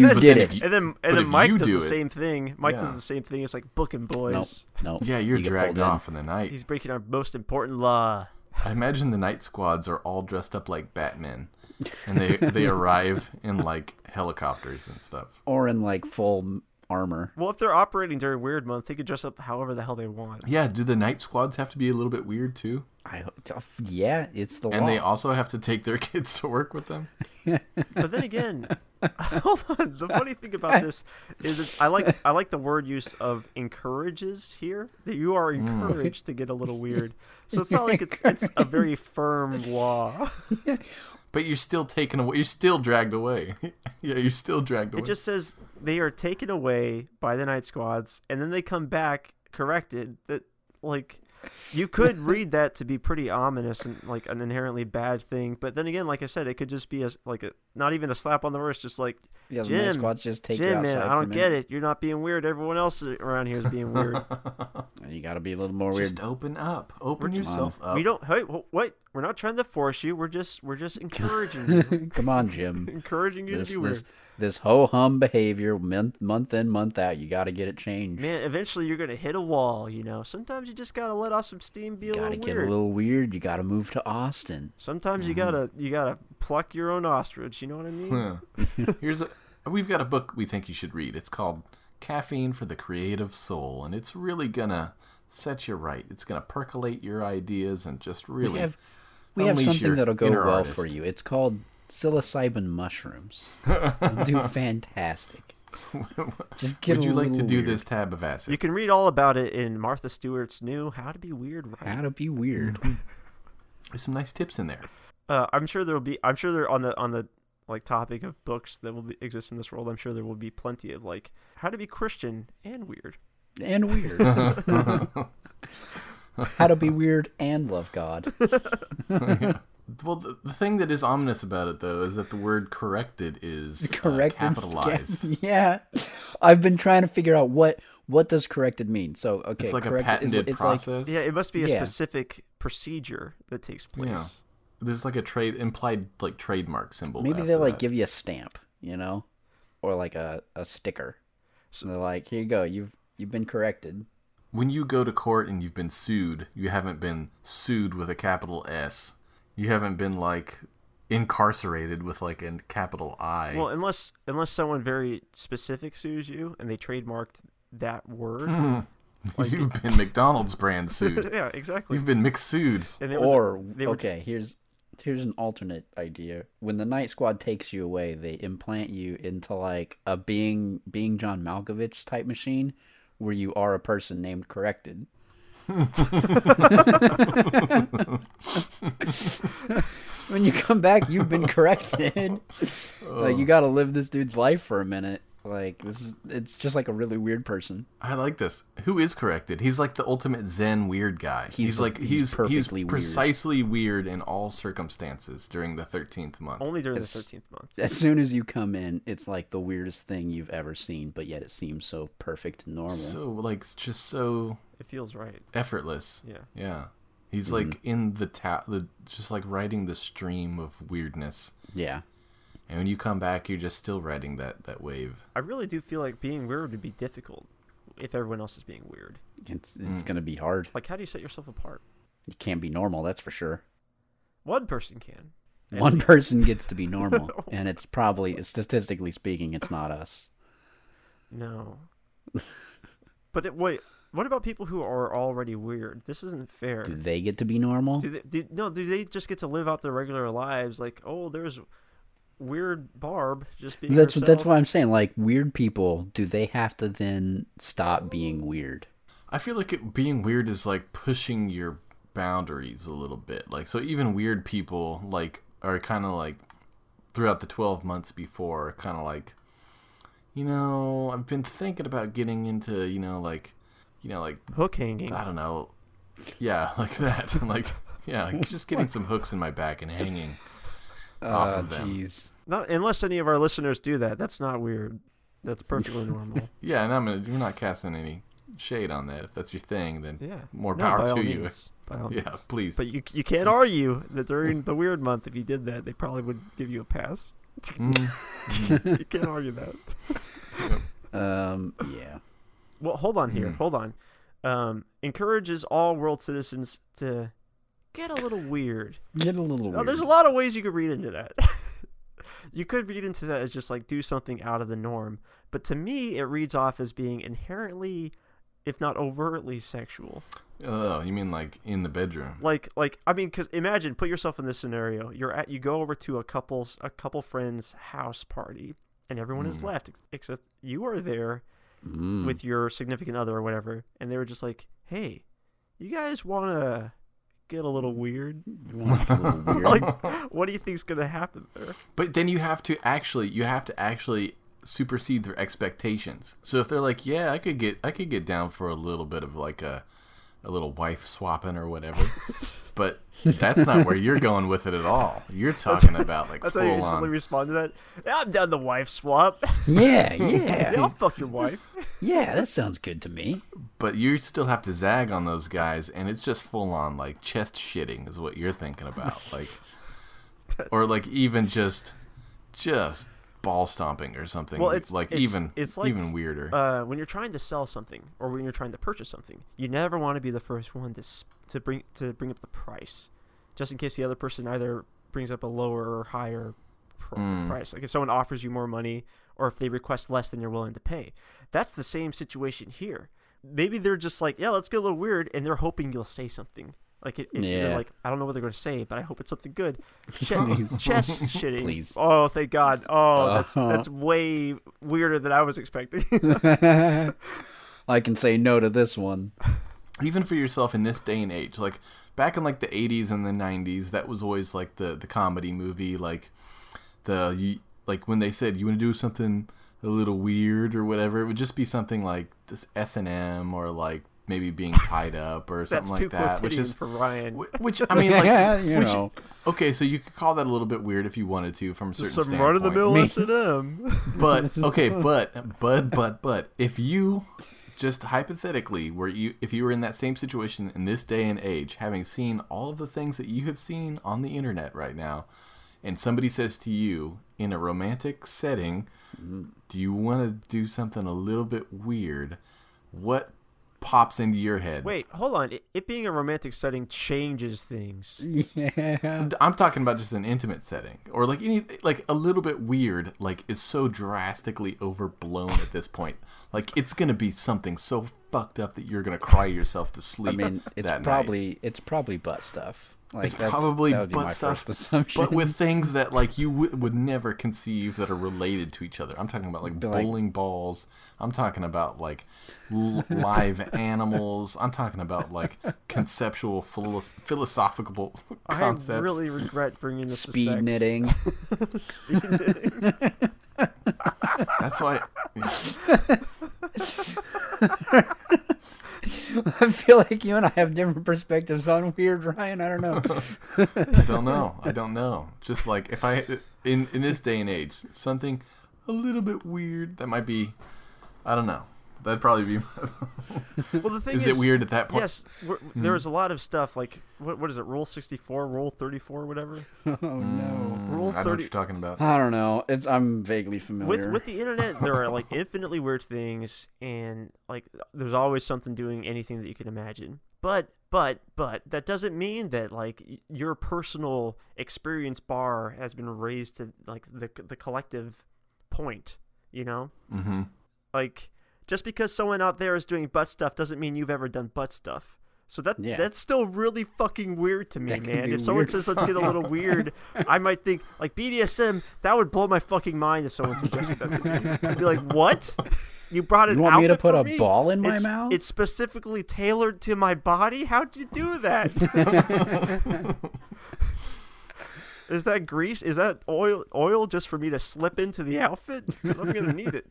[SPEAKER 4] you
[SPEAKER 3] then-
[SPEAKER 4] did
[SPEAKER 2] if
[SPEAKER 4] it.
[SPEAKER 3] And then
[SPEAKER 2] But
[SPEAKER 3] and then
[SPEAKER 2] if
[SPEAKER 3] Mike
[SPEAKER 2] you
[SPEAKER 3] does
[SPEAKER 2] do
[SPEAKER 3] the
[SPEAKER 2] it-
[SPEAKER 3] same thing. Mike
[SPEAKER 2] Yeah.
[SPEAKER 3] does the same thing. It's like booking
[SPEAKER 4] Nope.
[SPEAKER 3] boys.
[SPEAKER 4] Nope.
[SPEAKER 2] Yeah, you're
[SPEAKER 4] You get
[SPEAKER 2] dragged
[SPEAKER 4] pulled in.
[SPEAKER 2] off in the night.
[SPEAKER 3] He's breaking our most important law.
[SPEAKER 2] I imagine the night squads are all dressed up like Batman, and they they arrive in like helicopters and stuff.
[SPEAKER 4] Or in like full armor.
[SPEAKER 3] Well, if they're operating during Weird Month, they could dress up however the hell they want.
[SPEAKER 2] Yeah, do the night squads have to be a little bit weird too?
[SPEAKER 4] I yeah, it's the
[SPEAKER 2] And
[SPEAKER 4] law.
[SPEAKER 2] they also have to take their kids to work with them.
[SPEAKER 3] But then again, hold on. The funny thing about this is that I like I like the word use of encourages here. That you are encouraged to get a little weird. So it's not like it's it's a very firm law.
[SPEAKER 2] But you're still taken away. You're still dragged away. yeah, you're still dragged away.
[SPEAKER 3] It just says they are taken away by the night squads, and then they come back corrected. That like you could read that to be pretty ominous and like an inherently bad thing. But then again, like I said, it could just be a like a not even a slap on the wrist, just like
[SPEAKER 4] Yeah, the
[SPEAKER 3] Jim,
[SPEAKER 4] Squads just take you
[SPEAKER 3] Jim,
[SPEAKER 4] outside.
[SPEAKER 3] man, I don't get it. You're not being weird. Everyone else around here is being weird.
[SPEAKER 4] it. You gotta be a little more weird.
[SPEAKER 2] Just open up. Open yourself up.
[SPEAKER 3] we don't. Hey, wh- what? We're not trying to force you. We're just we're just encouraging you,
[SPEAKER 4] Come on, Jim.
[SPEAKER 3] encouraging you
[SPEAKER 4] this
[SPEAKER 3] to be weird.
[SPEAKER 4] this this ho hum behavior month month in month out. You gotta get it changed.
[SPEAKER 3] Man, eventually you're gonna hit a wall. You know, sometimes you just gotta let off some steam, be a
[SPEAKER 4] you gotta
[SPEAKER 3] little
[SPEAKER 4] get
[SPEAKER 3] weird.
[SPEAKER 4] a little weird. You gotta move to Austin.
[SPEAKER 3] Sometimes
[SPEAKER 4] Mm-hmm.
[SPEAKER 3] you gotta you gotta pluck your own ostrich. You know what I mean?
[SPEAKER 2] Huh. Here's a. We've got a book we think you should read. It's called Caffeine for the Creative Soul, and it's really gonna set you right. It's gonna percolate your ideas and just really.
[SPEAKER 4] We have we have
[SPEAKER 2] unleash your
[SPEAKER 4] something that'll go
[SPEAKER 2] inner
[SPEAKER 4] well
[SPEAKER 2] artist.
[SPEAKER 4] for you. It's called psilocybin mushrooms. You'll do fantastic. Just get
[SPEAKER 2] Would
[SPEAKER 4] a
[SPEAKER 2] you like to
[SPEAKER 4] little
[SPEAKER 2] do
[SPEAKER 4] weird.
[SPEAKER 2] this tab of acid?
[SPEAKER 3] You can read all about it in Martha Stewart's new "How to Be Weird." Right?
[SPEAKER 4] How to be weird.
[SPEAKER 2] Mm-hmm. There's some nice tips in there.
[SPEAKER 3] Uh, I'm sure there'll be. I'm sure there on the on the like topic of books that will be, exist in this world. I'm sure there will be plenty of like how to be Christian and weird.
[SPEAKER 4] and weird. How to be weird and love God.
[SPEAKER 2] Well, the, the thing that is ominous about it, though, is that the word corrected is
[SPEAKER 4] Corrected.
[SPEAKER 2] uh, capitalized.
[SPEAKER 4] Yeah. I've been trying to figure out what what does corrected mean. So okay,
[SPEAKER 2] It's like a
[SPEAKER 4] corrected is-
[SPEAKER 2] patented
[SPEAKER 4] it's like-
[SPEAKER 2] process.
[SPEAKER 3] Yeah, it must be a
[SPEAKER 4] Yeah.
[SPEAKER 3] specific procedure that takes place.
[SPEAKER 2] Yeah. There's like a trade implied like trademark symbol.
[SPEAKER 4] maybe they
[SPEAKER 2] after
[SPEAKER 4] like
[SPEAKER 2] that.
[SPEAKER 4] give you a stamp, you know, or like a, a sticker. So they're like, here you go. You've you've been corrected.
[SPEAKER 2] when you go to court and you've been sued, you haven't been sued with a capital S. You haven't been like incarcerated with like a capital I.
[SPEAKER 3] Well, unless unless someone very specific sues you and they trademarked that
[SPEAKER 4] Hmm.
[SPEAKER 3] word.
[SPEAKER 2] you've been McDonald's brand sued.
[SPEAKER 3] yeah, exactly.
[SPEAKER 2] You've been McSued.
[SPEAKER 3] And they were the-
[SPEAKER 4] Or
[SPEAKER 3] they were-
[SPEAKER 4] okay, here's here's an alternate idea. When the Night Squad takes you away, they implant you into like a being being John Malkovich type machine, where you are a person named corrected. when you come back, you've been corrected. like you got to live this dude's life for a minute. Like this is it's just like a really weird person.
[SPEAKER 2] I like this. Who is corrected? He's like the ultimate Zen weird guy. He's,
[SPEAKER 4] the-
[SPEAKER 2] like
[SPEAKER 4] he's
[SPEAKER 2] he's he's,
[SPEAKER 4] perfectly weird.
[SPEAKER 2] precisely weird in all circumstances during the thirteenth month.
[SPEAKER 3] only during the thirteenth month.
[SPEAKER 4] As soon as you come in, it's like the weirdest thing you've ever seen, but yet it seems so perfect and normal.
[SPEAKER 2] So like it's just so
[SPEAKER 3] It feels right.
[SPEAKER 2] effortless.
[SPEAKER 3] Yeah.
[SPEAKER 2] Yeah. He's
[SPEAKER 4] Mm-hmm.
[SPEAKER 2] like in the ta- the just like riding the stream of weirdness.
[SPEAKER 4] yeah.
[SPEAKER 2] And when you come back, you're just still riding that that wave.
[SPEAKER 3] I really do feel like being weird would be difficult if everyone else is being weird.
[SPEAKER 4] It's it's gonna be hard.
[SPEAKER 3] Like, how do you set yourself apart?
[SPEAKER 4] It can't be normal, that's for sure.
[SPEAKER 3] One person can. At
[SPEAKER 4] One
[SPEAKER 3] least.
[SPEAKER 4] person gets to be normal, and it's probably statistically speaking, it's not us.
[SPEAKER 3] No. but it, wait, what about people who are already weird? This isn't fair.
[SPEAKER 4] Do they get to be normal?
[SPEAKER 3] Do they, do, no, do they just get to live out their regular lives? Like, oh, there's weird Barb just being.
[SPEAKER 4] That's that's
[SPEAKER 3] herself.
[SPEAKER 4] why I'm saying like weird people. Do they have to then stop being weird?
[SPEAKER 2] I feel like it, being weird is like pushing your boundaries a little bit. Like so, even weird people like are kind of like throughout the twelve months before, kind of like, you know, I've been thinking about getting into, you know, like, you know, like
[SPEAKER 3] hook hanging.
[SPEAKER 4] Ah.
[SPEAKER 2] I don't know, yeah, like that, like yeah, like just getting some hooks in my back and hanging off
[SPEAKER 4] Oh,
[SPEAKER 2] of them.
[SPEAKER 4] jeez.
[SPEAKER 3] Not unless any of our listeners do that. That's not weird. That's perfectly normal.
[SPEAKER 2] Yeah, and I'm gonna, you're not casting any shade on that. If that's your thing, then
[SPEAKER 3] Yeah.
[SPEAKER 2] more
[SPEAKER 3] No,
[SPEAKER 2] power
[SPEAKER 3] by all
[SPEAKER 2] to you.
[SPEAKER 3] means. By all
[SPEAKER 2] Yeah,
[SPEAKER 3] means.
[SPEAKER 2] please.
[SPEAKER 3] But you you can't argue that during the weird month, if you did that, they probably would give you a pass.
[SPEAKER 2] Mm-hmm.
[SPEAKER 3] you can't argue that.
[SPEAKER 4] Um, yeah.
[SPEAKER 3] Well, hold on here.
[SPEAKER 2] Mhm.
[SPEAKER 3] Hold on. Um, encourages all world citizens to get a little weird.
[SPEAKER 4] Get a little
[SPEAKER 3] Now,
[SPEAKER 4] weird.
[SPEAKER 3] there's a lot of ways you could read into that. you could read into that as just like do something out of the norm. But to me, it reads off as being inherently, if not overtly sexual.
[SPEAKER 2] Oh, you mean like in the bedroom?
[SPEAKER 3] like like i mean because imagine put yourself in this scenario you're at you go over to a couple's a couple friends house party and everyone
[SPEAKER 2] Mm.
[SPEAKER 3] is left ex- except you are there
[SPEAKER 2] Hmm.
[SPEAKER 3] with your significant other or whatever and they were just like hey you guys want to get a little weird
[SPEAKER 4] You want a little weird.
[SPEAKER 3] like what do you think's gonna happen there
[SPEAKER 2] But then you have to actually, you have to actually supersede their expectations. So if they're like, "Yeah, I could get, I could get down for a little bit of like a, a little wife swapping or whatever. but that's not where you're going with it at all. You're talking about like
[SPEAKER 3] That's
[SPEAKER 2] full
[SPEAKER 3] how you
[SPEAKER 2] on.
[SPEAKER 3] instantly respond to that. Yeah, I'm down the wife swap.
[SPEAKER 4] Yeah,
[SPEAKER 3] yeah, I'll
[SPEAKER 4] yeah,
[SPEAKER 3] fuck your wife.
[SPEAKER 4] yeah. That sounds good to me.
[SPEAKER 2] But you still have to zag on those guys, and it's just full on like chest shitting is what you're thinking about, like, or like even just, just ball stomping or something.
[SPEAKER 3] Well, it's-
[SPEAKER 2] like
[SPEAKER 3] it's-
[SPEAKER 2] even
[SPEAKER 3] it's like,
[SPEAKER 2] even weirder.
[SPEAKER 3] Uh, when you're trying to sell something or when you're trying to purchase something, you never want to be the first one to s- to bring to bring up the price, just in case the other person either brings up a lower or higher pr-
[SPEAKER 2] Mm.
[SPEAKER 3] price. Like if someone offers you more money or if they request less than you're willing to pay, that's the same situation here. Maybe they're just like, yeah, let's get a little weird, and they're hoping you'll say something. Like it, it-
[SPEAKER 4] Yeah.
[SPEAKER 3] they're like, I don't know what they're going to say, but I hope it's something good. Shit, chest shitting.
[SPEAKER 4] Please.
[SPEAKER 3] Oh, thank God. Oh, that's
[SPEAKER 4] Uh-huh.
[SPEAKER 3] that's way weirder than I was expecting.
[SPEAKER 4] I can say no to this one.
[SPEAKER 2] even for yourself in this day and age like back in like the 80s and the 90s that was always like the the comedy movie like the you, like when they said you want to do something a little weird or whatever it would just be something like this s&m or like maybe being tied up or something
[SPEAKER 3] That's
[SPEAKER 2] like
[SPEAKER 3] too
[SPEAKER 2] that which
[SPEAKER 3] quotidian
[SPEAKER 2] is
[SPEAKER 3] for Ryan.
[SPEAKER 2] whi- which i mean like
[SPEAKER 4] Yeah, you
[SPEAKER 2] which,
[SPEAKER 4] know.
[SPEAKER 2] okay so you could call that a little bit weird if you wanted to from a certain
[SPEAKER 3] Some
[SPEAKER 2] standpoint
[SPEAKER 3] run of the mill
[SPEAKER 4] Me-
[SPEAKER 3] S and M.
[SPEAKER 2] but okay, but but but but if you just hypothetically were you if you were in that same situation in this day and age, having seen all of the things that you have seen on the internet right now, and somebody says to you in a romantic setting, "Do you want to do something a little bit weird?" What pops into your head?
[SPEAKER 3] Wait, hold on. It, it being a romantic setting changes things.
[SPEAKER 4] Yeah.
[SPEAKER 2] I'm talking about just an intimate setting, or like any like a little bit weird. Like it's so drastically overblown at this point. Like it's gonna be something so fucked up that you're gonna cry yourself to
[SPEAKER 4] I
[SPEAKER 2] sleep.
[SPEAKER 4] mean, it's
[SPEAKER 2] that night.
[SPEAKER 4] probably it's probably butt stuff. Like
[SPEAKER 2] it's
[SPEAKER 4] that's,
[SPEAKER 2] probably
[SPEAKER 4] that would be
[SPEAKER 2] butt
[SPEAKER 4] my
[SPEAKER 2] stuff,
[SPEAKER 4] first assumption.
[SPEAKER 2] but with things that like you w- would never conceive that are related to each other. I'm talking about like
[SPEAKER 4] Be like-
[SPEAKER 2] bowling balls. I'm talking about like l- live animals. I'm talking about like conceptual philo- philosophical concepts.
[SPEAKER 3] I really regret bringing this to
[SPEAKER 4] speed
[SPEAKER 3] sex.
[SPEAKER 4] knitting.
[SPEAKER 3] Speed knitting.
[SPEAKER 2] That's why.
[SPEAKER 4] I feel like you and I have different perspectives on weird Ryan. I don't know.
[SPEAKER 2] I don't know. I don't know. Just like if I in in this day and age, something a little bit weird that might be. I don't know. That'd probably be.
[SPEAKER 3] Well, the thing
[SPEAKER 2] is
[SPEAKER 3] is,
[SPEAKER 2] it weird Hmm. at that point?
[SPEAKER 3] Yes, we're, there was a lot of stuff like what what is it? Rule sixty four, rule thirty four, whatever.
[SPEAKER 4] oh no.
[SPEAKER 2] Mm,
[SPEAKER 3] Rule
[SPEAKER 2] I know what
[SPEAKER 3] 30
[SPEAKER 2] you're talking about.
[SPEAKER 4] I don't know. It's I'm vaguely familiar.
[SPEAKER 3] With with the internet, there are like infinitely weird things, and like there's always something doing anything that you can imagine. But but but that doesn't mean that like y- your personal experience bar has been raised to like the the collective point. You know,
[SPEAKER 2] Mm-hmm.
[SPEAKER 3] like just because someone out there is doing butt stuff doesn't mean you've ever done butt stuff. So that
[SPEAKER 4] Yeah.
[SPEAKER 3] that's still really fucking weird to me,
[SPEAKER 4] That can
[SPEAKER 3] man.
[SPEAKER 4] be
[SPEAKER 3] If someone
[SPEAKER 4] weird.
[SPEAKER 3] says let's get a little weird, I might think like BDSM. That would blow my fucking mind if someone suggested that to me. I'd be like, what? You brought an
[SPEAKER 4] you want me to
[SPEAKER 3] outfit
[SPEAKER 4] put
[SPEAKER 3] for
[SPEAKER 4] a
[SPEAKER 3] me?
[SPEAKER 4] ball in my
[SPEAKER 3] it's,
[SPEAKER 4] mouth?
[SPEAKER 3] It's specifically tailored to my body. How'd you do that? Is that grease? Is that oil? Oil just for me to slip into the outfit? 'Cause I'm gonna need it.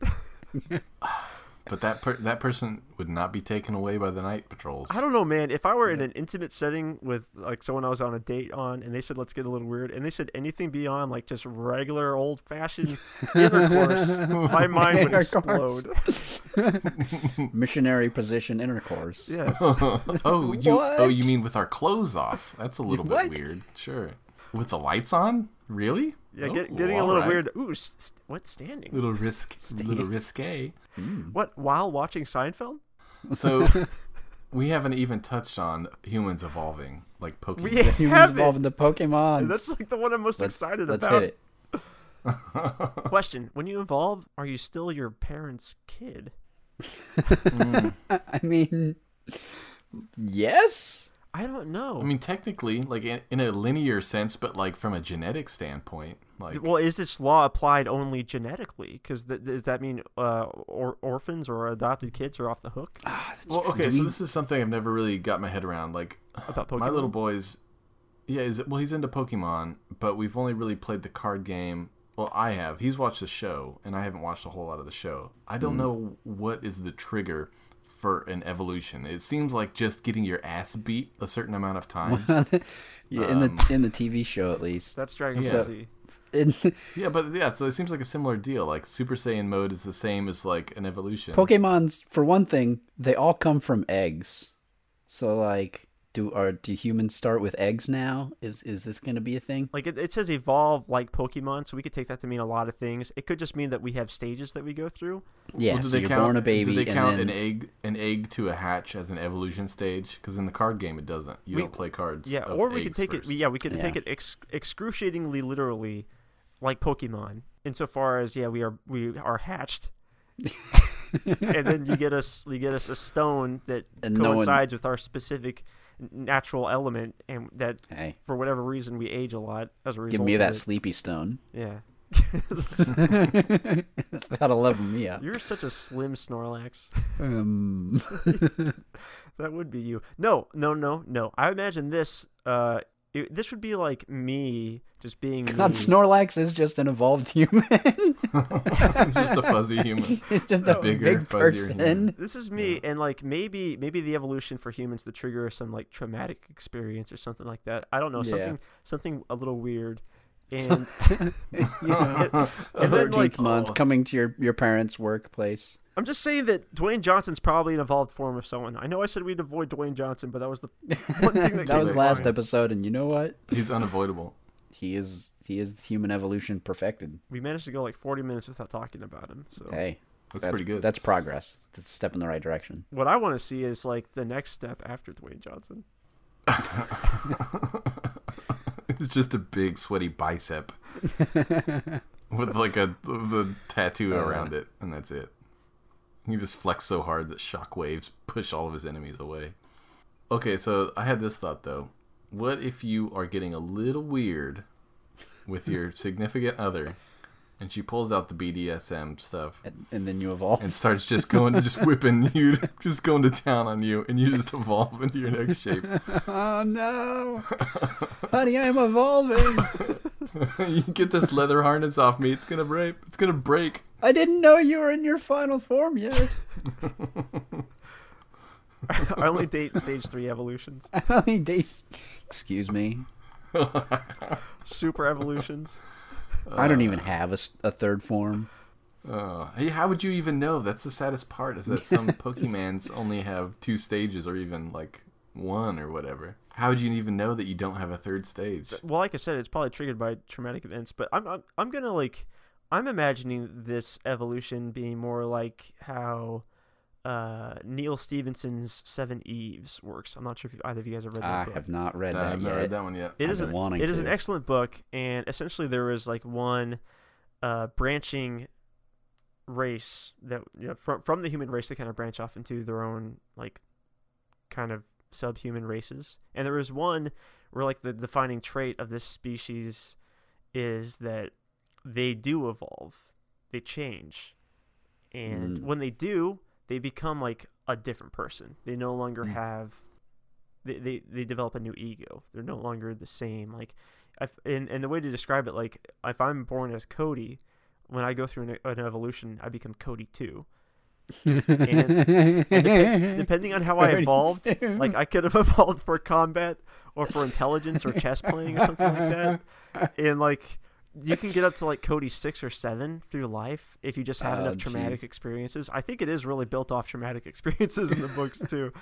[SPEAKER 2] But that per- that person would not be taken away by the night patrols.
[SPEAKER 3] I don't know, man. If I were in an intimate setting with like someone I was on a date on, and they said let's get a little weird, and they said anything beyond like just regular old fashioned intercourse, my mind would
[SPEAKER 4] Intercourse.
[SPEAKER 3] explode.
[SPEAKER 4] Missionary position intercourse.
[SPEAKER 3] yes.
[SPEAKER 2] oh, you oh
[SPEAKER 4] What?
[SPEAKER 2] you mean with our clothes off? That's a little
[SPEAKER 4] What?
[SPEAKER 2] bit weird. Sure. With the lights on? Really?
[SPEAKER 3] Yeah.
[SPEAKER 2] Oh,
[SPEAKER 3] Get, getting a
[SPEAKER 2] all
[SPEAKER 3] little
[SPEAKER 2] right.
[SPEAKER 3] weird. Ooh, s- s- what standing?
[SPEAKER 2] Little risk. Little risque.
[SPEAKER 4] Hmm.
[SPEAKER 3] What while watching Seinfeld?
[SPEAKER 2] So we haven't even touched on humans evolving, like Pokemon.
[SPEAKER 3] We
[SPEAKER 4] He was
[SPEAKER 3] have it.
[SPEAKER 4] involved in the Pokemon.
[SPEAKER 3] That's like the one I'm most
[SPEAKER 4] let's,
[SPEAKER 3] excited
[SPEAKER 4] let's
[SPEAKER 3] about.
[SPEAKER 4] hit it.
[SPEAKER 3] Question: When you evolve, are you still your parents' kid?
[SPEAKER 4] I mean, yes.
[SPEAKER 3] I don't know.
[SPEAKER 2] I mean, technically, like in, in a linear sense, but like from a genetic standpoint, like
[SPEAKER 3] well, is this law applied only genetically? Because th- does that mean uh, or- orphans or adopted kids are off the hook
[SPEAKER 2] well, okay. So this is something I've never really got my head around. Like
[SPEAKER 3] about Pokemon?
[SPEAKER 2] my little boy's, yeah, is well, he's into Pokemon, but we've only really played the card game. Well, I have.
[SPEAKER 3] Hmm.
[SPEAKER 2] He's watched the show, and I haven't watched a whole lot of the show. I don't know what is the trigger for an evolution. It seems like just getting your ass beat a certain amount of times.
[SPEAKER 4] yeah, in
[SPEAKER 2] Um,
[SPEAKER 4] the in the TV show at least.
[SPEAKER 3] That's Dragon
[SPEAKER 2] Yeah.
[SPEAKER 3] Ball Z.
[SPEAKER 4] In
[SPEAKER 2] yeah, but yeah, so it seems like a similar deal. Like Super Saiyan mode is the same as like an evolution.
[SPEAKER 4] Pokemon's for one thing, they all come from eggs. So like do are do humans start with eggs now? Is is this gonna be a thing?
[SPEAKER 3] Like it, it says evolve like Pokemon, so we could take that to mean a lot of things. It could just mean that we have stages that we go through.
[SPEAKER 4] Yeah,
[SPEAKER 2] Well, do
[SPEAKER 4] so
[SPEAKER 2] they
[SPEAKER 4] you're
[SPEAKER 2] count,
[SPEAKER 4] born a
[SPEAKER 2] Do
[SPEAKER 4] baby
[SPEAKER 2] they
[SPEAKER 4] and
[SPEAKER 2] count
[SPEAKER 4] then
[SPEAKER 2] an egg an egg to a hatch as an evolution stage? Because in the card game it doesn't. You
[SPEAKER 3] We-
[SPEAKER 2] don't play cards.
[SPEAKER 3] Yeah,
[SPEAKER 2] of
[SPEAKER 3] or we could
[SPEAKER 2] eggs
[SPEAKER 3] take
[SPEAKER 2] first.
[SPEAKER 3] it. Yeah, we could
[SPEAKER 4] Yeah.
[SPEAKER 3] take it ex- excruciatingly literally, like Pokemon. Insofar as yeah, we are we are hatched, and then you get us you get us a stone that
[SPEAKER 4] And no one-
[SPEAKER 3] coincides with our specific n- natural element, and that
[SPEAKER 4] Hey,
[SPEAKER 3] for whatever reason we age a lot as a result.
[SPEAKER 4] give me
[SPEAKER 3] of
[SPEAKER 4] that
[SPEAKER 3] it.
[SPEAKER 4] sleepy stone.
[SPEAKER 3] Yeah,
[SPEAKER 4] That'll level me up.
[SPEAKER 3] you're such a slim Snorlax.
[SPEAKER 4] Um,
[SPEAKER 3] That would be you. No, no, no, no. I imagine this. Uh, it, this would be like me just being.
[SPEAKER 4] God,
[SPEAKER 3] me.
[SPEAKER 4] Snorlax is just an evolved human.
[SPEAKER 2] it's just a fuzzy human.
[SPEAKER 4] He's just
[SPEAKER 2] A
[SPEAKER 4] a
[SPEAKER 2] bigger, fuzzier
[SPEAKER 4] big person.
[SPEAKER 2] human.
[SPEAKER 3] This is me, and like maybe maybe the evolution for humans to trigger some like traumatic experience or something like that. I don't know
[SPEAKER 4] Yeah.
[SPEAKER 3] something something a little weird. And
[SPEAKER 2] and
[SPEAKER 3] then, like,
[SPEAKER 4] Thirteenth month coming to your, your parents' workplace.
[SPEAKER 3] I'm just saying that Dwayne Johnson's probably an evolved form of someone. I know I said we'd avoid Dwayne Johnson, but that was the one thing that,
[SPEAKER 4] That was
[SPEAKER 2] Keep it
[SPEAKER 4] last
[SPEAKER 2] going.
[SPEAKER 4] episode, and you know what?
[SPEAKER 2] he's unavoidable.
[SPEAKER 4] He is he is human evolution perfected.
[SPEAKER 3] we managed to go like 40 minutes without talking about him. So
[SPEAKER 4] Hey,
[SPEAKER 2] That's, pretty good.
[SPEAKER 4] That's progress. That's a step in the right direction.
[SPEAKER 3] what I want to see is like the next step after Dwayne Johnson.
[SPEAKER 2] it's just a big sweaty bicep with like a the tattoo around it, and that's it. He just flex so hard that shockwaves push all of his enemies away. Okay, so I had this thought though. What if you are getting a little weird with your significant other, and she pulls out the BDSM stuff
[SPEAKER 4] And, and then you evolve.
[SPEAKER 2] and starts just going, just whipping you, just going to town on you, and you just evolve into your next shape?
[SPEAKER 4] oh no, honey, I'm evolving.
[SPEAKER 2] you get this leather harness off me, it's gonna break. It's gonna break.
[SPEAKER 4] I didn't know you were in your final form yet.
[SPEAKER 3] I only date stage three evolutions,
[SPEAKER 4] I only date. Excuse me.
[SPEAKER 3] super evolutions.
[SPEAKER 4] I don't
[SPEAKER 3] Uh.
[SPEAKER 4] even have a, s- a third form.
[SPEAKER 2] Uh, hey, how would you even know? That's the saddest part is that some Pokemans only have two stages or even like one or whatever. How would you even know that you don't have a third stage?
[SPEAKER 3] well, like I said, it's probably triggered by traumatic events, but I'm I'm, I'm gonna like I'm imagining this evolution being more like how uh, Neil Stevenson's Seven Eves works. I'm not sure if either of you guys have read that
[SPEAKER 4] I
[SPEAKER 3] book.
[SPEAKER 4] have not read
[SPEAKER 2] Nah,
[SPEAKER 3] Uh,
[SPEAKER 4] that
[SPEAKER 2] I've
[SPEAKER 4] yet.
[SPEAKER 2] not read that one yet.
[SPEAKER 3] It
[SPEAKER 4] I've
[SPEAKER 3] is
[SPEAKER 4] been
[SPEAKER 3] an-
[SPEAKER 4] wanting
[SPEAKER 3] it is an
[SPEAKER 4] to.
[SPEAKER 3] excellent book, and essentially there was like one uh, branching race that you know, from from the human race they kind of branch off into their own like kind of subhuman races, and there was one where like the defining trait of this species is that they do evolve, they change, and
[SPEAKER 4] Mm.
[SPEAKER 3] when they do, they become like a different person. They no longer
[SPEAKER 2] Mm.
[SPEAKER 3] have they, they they develop a new ego. They're no longer the same. Like, if, and and the way to describe it, like if I'm born as Cody, when I go through an, an evolution, I become Cody too. And depe- depending on how I
[SPEAKER 4] Cody
[SPEAKER 3] evolved,
[SPEAKER 4] too.
[SPEAKER 3] like I could have evolved for combat or for intelligence or chess playing or something like that. And like you can get up to like Cody six or seven through life if you just have
[SPEAKER 4] Oh,
[SPEAKER 3] enough traumatic
[SPEAKER 4] jeez.
[SPEAKER 3] experiences. I think it is really built off traumatic experiences in the books too.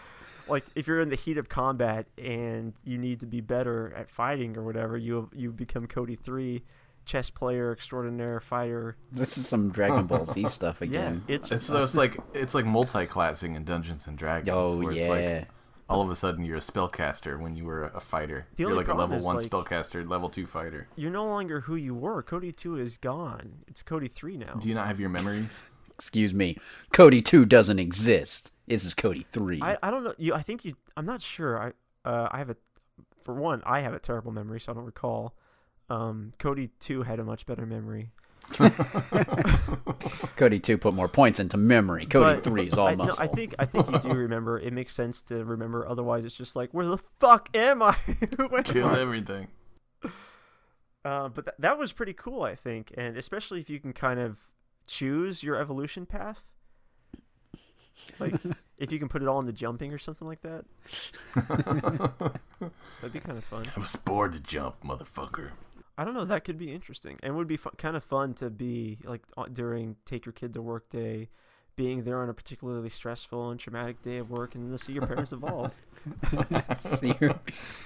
[SPEAKER 3] Like if you're in the heat of combat and you need to be better at fighting or whatever, you you become Cody three, chess player extraordinaire, fighter.
[SPEAKER 4] This is some Dragon Ball Z stuff
[SPEAKER 3] Yeah,
[SPEAKER 4] again.
[SPEAKER 3] it's
[SPEAKER 2] It's, so it's like it's like multi-classing in Dungeons and Dragons,
[SPEAKER 4] Oh
[SPEAKER 2] where it's
[SPEAKER 4] yeah.
[SPEAKER 2] like all of a sudden you're a spellcaster when you were a fighter.
[SPEAKER 3] The
[SPEAKER 2] you're
[SPEAKER 3] only
[SPEAKER 2] like a
[SPEAKER 3] problem
[SPEAKER 2] level
[SPEAKER 3] is,
[SPEAKER 2] one
[SPEAKER 3] like-
[SPEAKER 2] spellcaster, level two fighter.
[SPEAKER 3] you're no longer who you were. Cody two is gone. It's Cody three now.
[SPEAKER 2] Do you not have your memories?
[SPEAKER 4] Excuse me. Cody two doesn't exist. This is Cody three.
[SPEAKER 3] I, I don't know. You, I think you. I'm not sure. I uh, I have a. For one, I have a terrible memory, so I don't recall. Um, Cody too had a much better memory.
[SPEAKER 4] Cody two put more points into memory. Cody
[SPEAKER 3] But
[SPEAKER 4] three is all
[SPEAKER 3] I, no,
[SPEAKER 4] muscle.
[SPEAKER 3] I think I think you do remember. It makes sense to remember. Otherwise, it's just like, where the fuck am I? Who am
[SPEAKER 2] Kill
[SPEAKER 3] I?
[SPEAKER 2] everything.
[SPEAKER 3] Uh, but th- that was pretty cool, I think, and especially if you can kind of choose your evolution path. Like if you can put it all into jumping or something like that, that'd be kind of fun.
[SPEAKER 2] I was bored to jump, motherfucker.
[SPEAKER 3] I don't know. That could be interesting, and would be fun, kind of fun to be like on- during take your kid to work day, being there on a particularly stressful and traumatic day of work, and then to see your parents evolve.
[SPEAKER 4] see, your,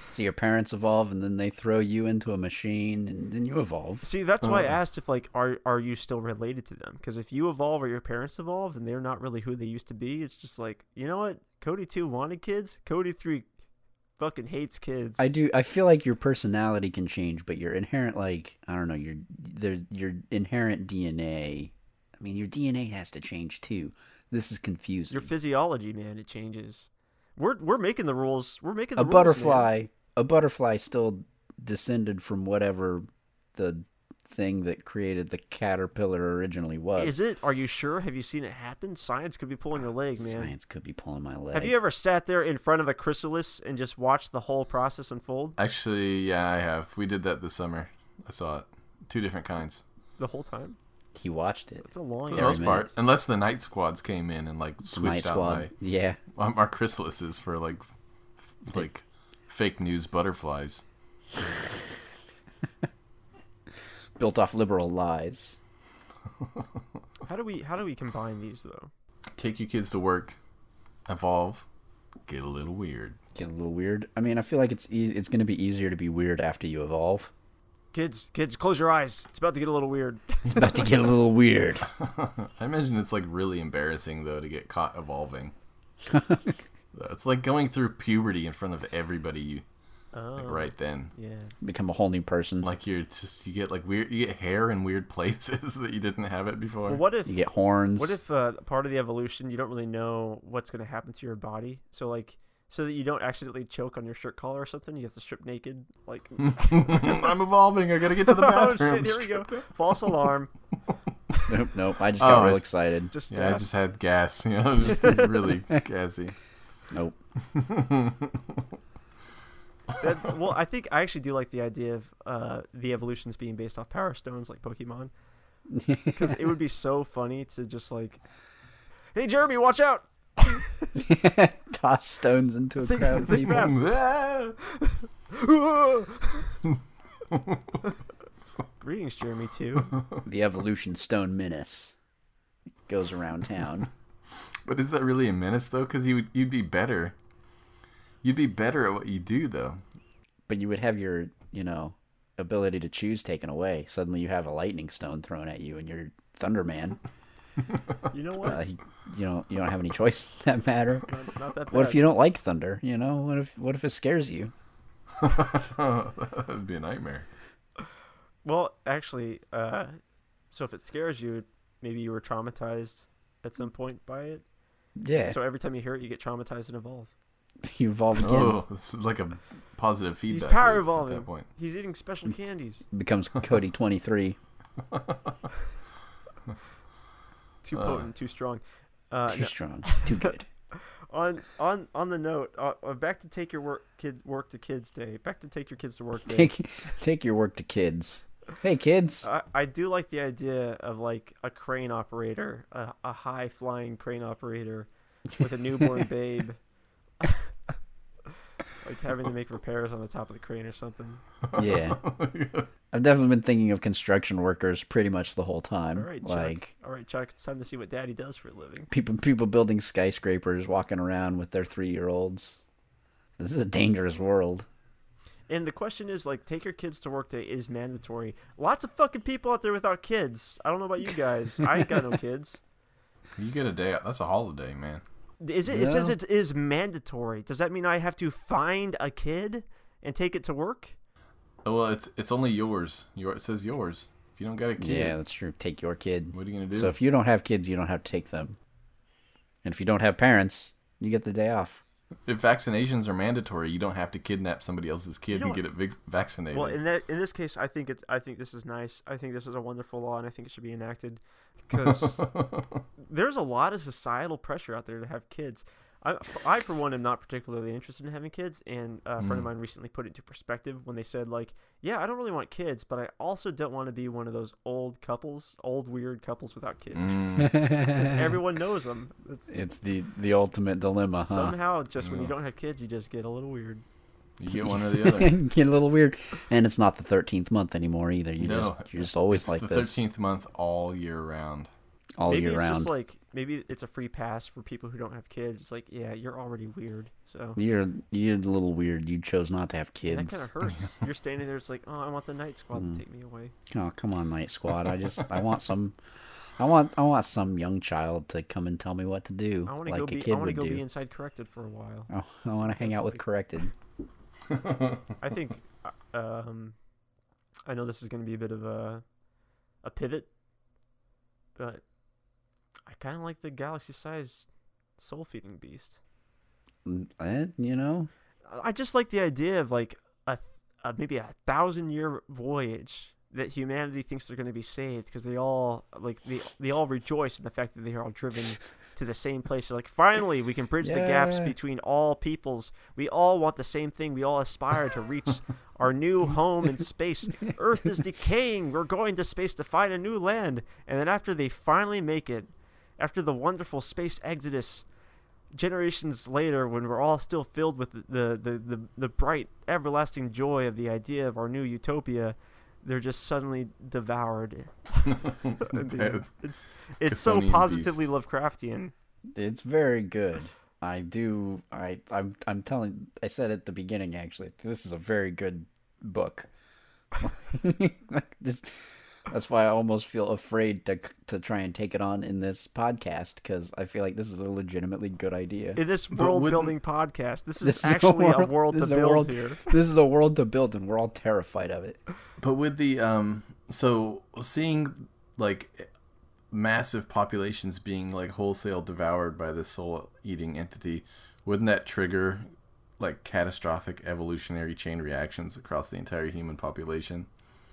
[SPEAKER 4] see your parents evolve, and then they throw you into a machine, and then you evolve.
[SPEAKER 3] See, that's
[SPEAKER 4] Uh-huh.
[SPEAKER 3] why I asked if like are are you still related to them? Because if you evolve or your parents evolve, and they're not really who they used to be, it's just like you know what? Cody two wanted kids. Cody three fucking hates kids.
[SPEAKER 4] I do. I feel like your personality can change, but your inherent, like, I don't know, your there's your inherent DNA. I mean, your DNA has to change too. This is confusing.
[SPEAKER 3] your physiology, man, it changes. We're we're making the rules. We're making the
[SPEAKER 4] a
[SPEAKER 3] rules, man.
[SPEAKER 4] butterfly a butterfly still descended from whatever the thing that created the caterpillar originally was
[SPEAKER 3] Is it? Are you sure? Have you seen it happen? Science could be pulling your leg, man.
[SPEAKER 4] science could be pulling my leg
[SPEAKER 3] Have you ever sat there in front of a chrysalis and just watched the whole process unfold
[SPEAKER 2] Actually, yeah, I have. We did that this summer. I saw it. Two different kinds.
[SPEAKER 3] the whole time?
[SPEAKER 4] he watched it
[SPEAKER 3] It's a long
[SPEAKER 2] For the
[SPEAKER 4] Every
[SPEAKER 2] most
[SPEAKER 3] ass.
[SPEAKER 4] minute.
[SPEAKER 2] part. Unless the night squads came in and like
[SPEAKER 4] The
[SPEAKER 2] switched
[SPEAKER 4] night
[SPEAKER 2] out
[SPEAKER 4] squad yeah
[SPEAKER 2] my um, our chrysalises for like f- like fake news butterflies.
[SPEAKER 4] built off liberal lies
[SPEAKER 3] How do we how do we combine these though?
[SPEAKER 2] Take your kids to work, evolve, get a little weird.
[SPEAKER 4] get a little weird i mean i feel like it's easy it's going to be easier to be weird after you evolve
[SPEAKER 3] Kids, kids, close your eyes. It's about to get a little weird.
[SPEAKER 4] it's about to get a little weird
[SPEAKER 2] I imagine it's like really embarrassing though to get caught evolving. it's like going through puberty in front of everybody you like right then.
[SPEAKER 3] Yeah.
[SPEAKER 4] become a whole new person
[SPEAKER 2] Like you're just you get like weird you get hair in weird places that you didn't have it before.
[SPEAKER 3] Well, what if
[SPEAKER 4] you get horns
[SPEAKER 3] what if uh, part of the evolution you don't really know what's going to happen to your body? So like so that you don't accidentally choke on your shirt collar or something, you have to strip naked. Like
[SPEAKER 2] I'm evolving. I gotta get to the
[SPEAKER 3] oh
[SPEAKER 2] bathroom.
[SPEAKER 3] shit, here we go. False alarm.
[SPEAKER 4] nope nope i just got
[SPEAKER 2] Oh,
[SPEAKER 4] real
[SPEAKER 2] I-
[SPEAKER 4] excited
[SPEAKER 3] Just
[SPEAKER 2] Yeah, I
[SPEAKER 3] uh,
[SPEAKER 2] just had gas. You know, it was just really gassy.
[SPEAKER 4] nope
[SPEAKER 3] that, well, I think I actually do like the idea of uh, the evolutions being based off power stones like Pokemon. Because it would be so funny to just like, hey, Jeremy, watch out!
[SPEAKER 4] toss stones into a crowd of people
[SPEAKER 2] Ah!
[SPEAKER 3] Greetings, Jeremy, too.
[SPEAKER 4] the evolution stone menace goes around town
[SPEAKER 2] but is that really a menace though? Because you would, you'd be better. You'd be better at what you do though.
[SPEAKER 4] but you would have your you know ability to choose taken away suddenly you have a lightning stone thrown at you and you're thunderman
[SPEAKER 3] You know
[SPEAKER 4] uh,
[SPEAKER 3] what?
[SPEAKER 4] he- you know you don't have any choice in that matter
[SPEAKER 3] Not, not that bad.
[SPEAKER 4] what if you don't like thunder you know what if what if it scares you
[SPEAKER 2] that would be a nightmare.
[SPEAKER 3] Well, actually, uh, so if it scares you, maybe you were traumatized at some point by it.
[SPEAKER 4] yeah
[SPEAKER 3] So every time you hear it, you get traumatized and evolve.
[SPEAKER 4] you evolve again
[SPEAKER 2] Oh, it's like a positive feedback.
[SPEAKER 3] He's power
[SPEAKER 2] loop
[SPEAKER 3] evolving.
[SPEAKER 2] At that point.
[SPEAKER 3] He's eating
[SPEAKER 4] Mm.
[SPEAKER 3] special candies.
[SPEAKER 4] becomes cody 23
[SPEAKER 3] Too potent, too strong. Uh,
[SPEAKER 4] too
[SPEAKER 3] no.
[SPEAKER 4] strong too good
[SPEAKER 3] on on on the note, uh, uh, back to take your work kid work to kids day. Back to take your kids to work day.
[SPEAKER 4] take take your work to kids hey kids
[SPEAKER 3] I, I do like the idea of like a crane operator, a, a high flying crane operator with a newborn babe, like having to make repairs on the top of the crane or something.
[SPEAKER 4] yeah i've definitely been thinking of construction workers pretty much the whole
[SPEAKER 3] All
[SPEAKER 4] time
[SPEAKER 3] right, Chuck.
[SPEAKER 4] like
[SPEAKER 3] All right, Chuck. It's time to see what Daddy does for a living.
[SPEAKER 4] people people building skyscrapers walking around with their three year olds this is a dangerous world
[SPEAKER 3] And the question is like, take your kids to work day is mandatory. Lots of fucking people out there without kids. I don't know about you guys. I ain't got no kids.
[SPEAKER 2] You get a day out. That's a holiday, man.
[SPEAKER 3] Is it? It says
[SPEAKER 4] No.
[SPEAKER 3] it is mandatory. Does that mean I have to find a kid and take it to work?
[SPEAKER 2] Oh, Well, it's it's only yours. Your it says yours. If you don't got a kid,
[SPEAKER 4] yeah that's true take your kid
[SPEAKER 2] what are you gonna do?
[SPEAKER 4] so if you don't have kids you don't have to take them and if you don't have parents you get the day off
[SPEAKER 2] If vaccinations are mandatory, you don't have to kidnap somebody else's kid
[SPEAKER 3] know
[SPEAKER 2] and
[SPEAKER 3] what?
[SPEAKER 2] get it vic- vaccinated.
[SPEAKER 3] Well, in that in this case, I think it. I think this is nice. I think this is a wonderful law, and I think it should be enacted because there's a lot of societal pressure out there to have kids. I, I for one am not particularly interested in having kids, and a friend of mine recently put it into perspective when they said like, "Yeah, I don't really want kids, but I also don't want to be one of those old couples, old weird couples without kids.
[SPEAKER 2] Mm.
[SPEAKER 3] Everyone knows them. It's,
[SPEAKER 4] It's the the ultimate dilemma, huh?
[SPEAKER 3] somehow just when you
[SPEAKER 2] Yeah.
[SPEAKER 3] don't have kids, you just get a little weird.
[SPEAKER 2] You get one or the other.
[SPEAKER 4] Get a little weird, and it's not the thirteenth month anymore either. You
[SPEAKER 2] No,
[SPEAKER 4] just you're just always
[SPEAKER 2] It's
[SPEAKER 4] like
[SPEAKER 2] the
[SPEAKER 4] this
[SPEAKER 2] thirteenth month all year round.
[SPEAKER 4] all
[SPEAKER 3] maybe
[SPEAKER 4] year
[SPEAKER 3] it's
[SPEAKER 4] round.
[SPEAKER 3] just like maybe it's a free pass for people who don't have kids. It's like, yeah, you're already weird, so
[SPEAKER 4] you're you're a little weird. You chose not to have
[SPEAKER 3] and that
[SPEAKER 4] kids. Mm.
[SPEAKER 3] kind of hurts. you're standing there, it's like, oh, I want the night squad to take me away.
[SPEAKER 4] Oh come on, Night Squad. I just I want some, I want I want some young child to come and tell me what to do,
[SPEAKER 3] I want to
[SPEAKER 4] like
[SPEAKER 3] go
[SPEAKER 4] a
[SPEAKER 3] be. I
[SPEAKER 4] kid
[SPEAKER 3] want to
[SPEAKER 4] would
[SPEAKER 3] go
[SPEAKER 4] do.
[SPEAKER 3] be inside corrected for a while.
[SPEAKER 4] oh, I want to hang out with corrected.
[SPEAKER 3] I think, uh, um, I know this is going to be a bit of a, a pivot, but I kind of like the galaxy-sized soul-feeding beast.
[SPEAKER 4] Mm, eh, you know,
[SPEAKER 3] I- I just like the idea of like a, a maybe a thousand-year voyage that humanity thinks they're going to be saved because they all like they they all rejoice in the fact that they are all driven to the same place. They're like finally, we can bridge the gaps
[SPEAKER 4] Yeah.
[SPEAKER 3] between all peoples. We all want the same thing. We all aspire to reach our new home in space. Earth is decaying. We're going to space to find a new land. And then after they finally make it, after the wonderful space exodus, generations later, when we're all still filled with the the, the, the bright everlasting joy of the idea of our new utopia. They're just suddenly devoured. And the- it's it's so
[SPEAKER 2] Kryptonian
[SPEAKER 3] positively
[SPEAKER 2] beast.
[SPEAKER 3] Lovecraftian.
[SPEAKER 4] it's very good. I do. I I'm I'm telling. I said at the beginning actually. This is a very good book. Like, this, that's why I almost feel afraid to to try and take it on in this podcast because I feel like this is a legitimately good idea.
[SPEAKER 3] In this
[SPEAKER 2] But
[SPEAKER 3] world
[SPEAKER 2] wouldn't-
[SPEAKER 3] building podcast, this is
[SPEAKER 4] This is a
[SPEAKER 3] actually a world, to
[SPEAKER 4] this is a
[SPEAKER 3] build
[SPEAKER 4] world-
[SPEAKER 3] here.
[SPEAKER 4] This is a world to build, and we're all terrified of it.
[SPEAKER 2] But with the um, so seeing like massive populations being like wholesale devoured by this soul-eating entity, wouldn't that trigger like catastrophic evolutionary chain reactions across the entire human population?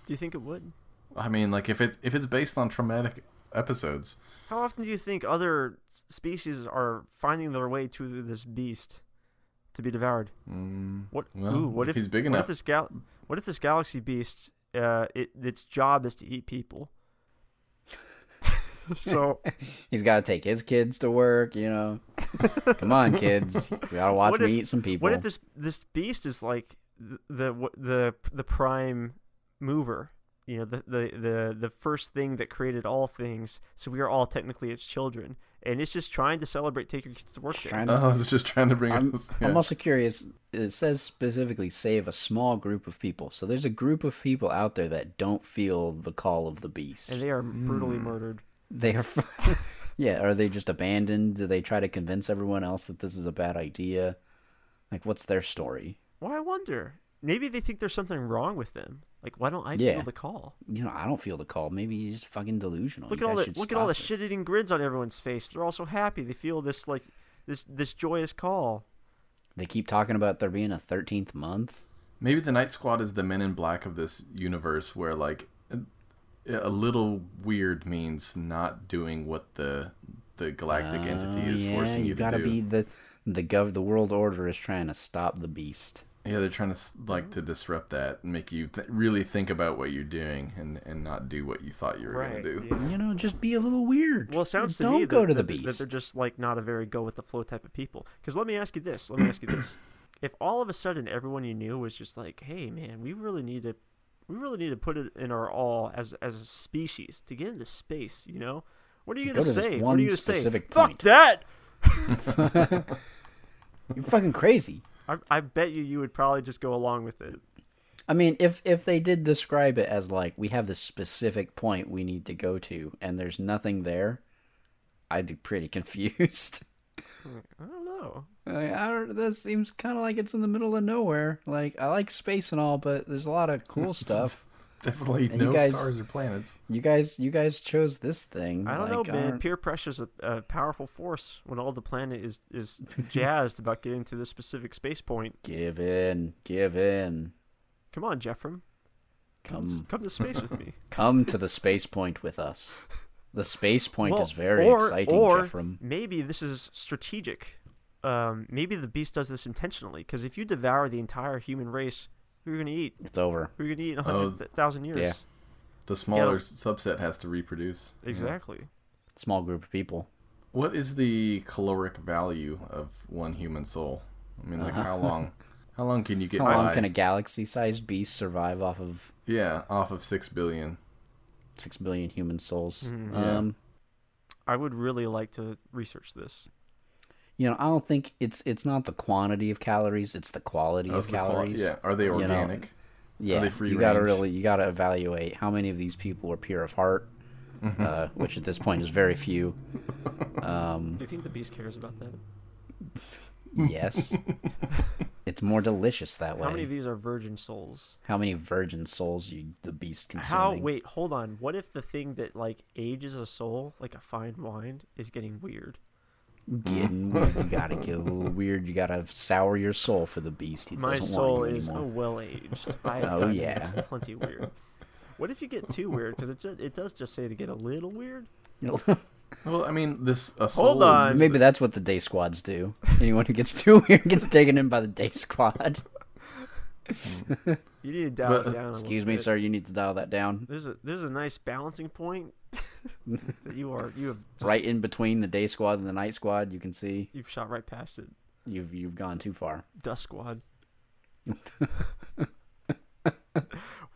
[SPEAKER 3] Do you think it would?
[SPEAKER 2] I mean, like if it if it's based on traumatic episodes,
[SPEAKER 3] How often do you think other s- species are finding their way to this beast to be devoured?
[SPEAKER 2] mm,
[SPEAKER 3] What?
[SPEAKER 2] Well,
[SPEAKER 3] ooh, what
[SPEAKER 2] if
[SPEAKER 3] if,
[SPEAKER 2] he's big
[SPEAKER 3] what
[SPEAKER 2] enough.
[SPEAKER 3] If this gal- what if this galaxy beast? Uh, it, its job is to eat people. so
[SPEAKER 4] He's got to take his kids to work, you know. Come on, kids. We gotta watch
[SPEAKER 3] What
[SPEAKER 4] me
[SPEAKER 3] if-
[SPEAKER 4] eat some people.
[SPEAKER 3] What if this this beast is like th- the wh- the the prime mover? You know, the, the the the first thing that created all things. So we are all technically its children, and it's just trying to celebrate take your kids to work.
[SPEAKER 4] Just
[SPEAKER 3] Day.
[SPEAKER 4] trying to-
[SPEAKER 2] I was just trying to bring
[SPEAKER 4] I'm,
[SPEAKER 2] us.
[SPEAKER 4] I'm
[SPEAKER 2] Uh, yeah.
[SPEAKER 4] also curious. It says specifically save a small group of people. So there's a group of people out there that don't feel the call of the beast.
[SPEAKER 3] and they are
[SPEAKER 4] Hmm.
[SPEAKER 3] brutally murdered.
[SPEAKER 4] They are. yeah, are they just abandoned? Do they try to convince everyone else that this is a bad idea? Like, what's their story?
[SPEAKER 3] Well, I wonder. Maybe they think there's something wrong with them. Like, why don't I
[SPEAKER 4] Yeah.
[SPEAKER 3] feel the call?
[SPEAKER 4] You know, I don't feel the call. Maybe he's just fucking delusional.
[SPEAKER 3] Look
[SPEAKER 4] You
[SPEAKER 3] at all
[SPEAKER 4] guys
[SPEAKER 3] the
[SPEAKER 4] should
[SPEAKER 3] look at all the
[SPEAKER 4] stop this.
[SPEAKER 3] shit-eating grins on everyone's face. They're all so happy. They feel this like this this joyous call.
[SPEAKER 4] They keep talking about there being a 13th month.
[SPEAKER 2] Maybe the Night Squad is the Men in Black of this universe, where like a, a little weird means not doing what the the galactic entity is
[SPEAKER 4] Oh, yeah,
[SPEAKER 2] forcing you,
[SPEAKER 4] gotta
[SPEAKER 2] to do.
[SPEAKER 4] be the the gov the world order is trying to stop the beast.
[SPEAKER 2] Yeah, they're trying to s- like to disrupt that and make you th- really think about what you're doing and and not do what you thought you were gonna do.
[SPEAKER 4] You know, just be a little weird.
[SPEAKER 3] Well, it sounds to
[SPEAKER 4] don't
[SPEAKER 3] me
[SPEAKER 4] go
[SPEAKER 3] that,
[SPEAKER 4] to the
[SPEAKER 3] that-
[SPEAKER 4] beast.
[SPEAKER 3] that they're just like not a very go with the flow type of people. Because let me ask you this. Let me ask you this. If all of a sudden everyone you knew was just like, "Hey, man, we really need to, we really need to put it in our all as as a species to get into space," you know, what are you
[SPEAKER 4] Go
[SPEAKER 3] gonna
[SPEAKER 4] to this
[SPEAKER 3] say? What
[SPEAKER 4] one
[SPEAKER 3] are you gonna say?
[SPEAKER 4] specific
[SPEAKER 3] Fuck
[SPEAKER 4] point."
[SPEAKER 3] that!
[SPEAKER 4] You're fucking crazy.
[SPEAKER 3] I, I bet you you would probably just go along with it.
[SPEAKER 4] I mean, if if they did describe it as like we have this specific point we need to go to, and there's nothing there, I'd be pretty confused.
[SPEAKER 3] I don't know.
[SPEAKER 4] Like, I don't, that seems kind of like it's in the middle of nowhere. Like I like space and all, but there's a lot of cool stuff.
[SPEAKER 2] Definitely
[SPEAKER 4] And you
[SPEAKER 2] no
[SPEAKER 4] guys-
[SPEAKER 2] stars or planets.
[SPEAKER 4] You guys, you guys chose this thing.
[SPEAKER 3] I don't
[SPEAKER 4] like, uh,
[SPEAKER 3] know, man.
[SPEAKER 4] aren't-
[SPEAKER 3] Peer pressure is a, a powerful force when all the planet is is jazzed about getting to this specific space point.
[SPEAKER 4] Give in, give in.
[SPEAKER 3] Come on, Jeffrem. Come,
[SPEAKER 4] Come,
[SPEAKER 3] come to space with me.
[SPEAKER 4] come to the space point with us. The space point
[SPEAKER 3] Well,
[SPEAKER 4] is very
[SPEAKER 3] or-
[SPEAKER 4] exciting,
[SPEAKER 3] or
[SPEAKER 4] Jeffrem.
[SPEAKER 3] Maybe this is strategic. um, maybe the beast does this intentionally because if you devour the entire human race, who are you going to eat?
[SPEAKER 4] It's over.
[SPEAKER 3] Who are you going to eat in a hundred thousand years?
[SPEAKER 4] Oh, yeah.
[SPEAKER 2] The smaller
[SPEAKER 3] Yeah.
[SPEAKER 2] subset has to reproduce.
[SPEAKER 3] Exactly.
[SPEAKER 4] Small group of people.
[SPEAKER 2] What is the caloric value of one human soul? I mean, like how long? How long can you get
[SPEAKER 4] Uh-huh. How
[SPEAKER 2] by?
[SPEAKER 4] long can a galaxy-sized beast survive off of
[SPEAKER 2] Yeah, off of six billion.
[SPEAKER 4] six billion human souls?
[SPEAKER 2] Mm, Yeah.
[SPEAKER 4] Um,
[SPEAKER 3] I would really like to research this.
[SPEAKER 4] you know, I don't think it's it's not the quantity of calories; it's the quality
[SPEAKER 2] That's
[SPEAKER 4] of
[SPEAKER 2] the qual-
[SPEAKER 4] calories.
[SPEAKER 2] yeah, are they
[SPEAKER 4] know,
[SPEAKER 2] organic?
[SPEAKER 4] yeah.
[SPEAKER 2] they free
[SPEAKER 4] you gotta
[SPEAKER 2] range?
[SPEAKER 4] really you gotta evaluate how many of these people are pure of heart,
[SPEAKER 2] Mm-hmm.
[SPEAKER 4] uh, which at this point is very few. Mm.
[SPEAKER 3] Do you think the beast cares about that?
[SPEAKER 4] Yes, it's more delicious that way.
[SPEAKER 3] How many of these are virgin souls?
[SPEAKER 4] How many virgin souls you the beast
[SPEAKER 3] How?
[SPEAKER 4] consuming?
[SPEAKER 3] Wait, hold on. What if the thing that like ages a soul, like a fine wine, is getting weird?
[SPEAKER 4] Getting weird. you gotta get a little weird. You gotta sour your soul for the beast. He
[SPEAKER 3] My
[SPEAKER 4] doesn't
[SPEAKER 3] soul
[SPEAKER 4] want you
[SPEAKER 3] is
[SPEAKER 4] anymore.
[SPEAKER 3] well aged. I have
[SPEAKER 4] Oh,
[SPEAKER 3] gotten
[SPEAKER 4] yeah.
[SPEAKER 3] plenty weird. What if you get too weird? Because it ju- it does just say to get a little weird.
[SPEAKER 2] Well, I mean, this a soul is-
[SPEAKER 3] on.
[SPEAKER 2] is-
[SPEAKER 4] Maybe that's what the day squads do. Anyone who gets too weird gets taken in by the day squad.
[SPEAKER 3] You need to dial
[SPEAKER 2] But-
[SPEAKER 3] it down. a little
[SPEAKER 4] Excuse me,
[SPEAKER 3] bit.
[SPEAKER 4] sir. You need to dial that down.
[SPEAKER 3] There's a there's a nice balancing point that you are you have just-
[SPEAKER 4] Right in between the day squad and the night squad, you can see
[SPEAKER 3] You've shot right past it.
[SPEAKER 4] you've you've gone too far.
[SPEAKER 3] Dust Squad.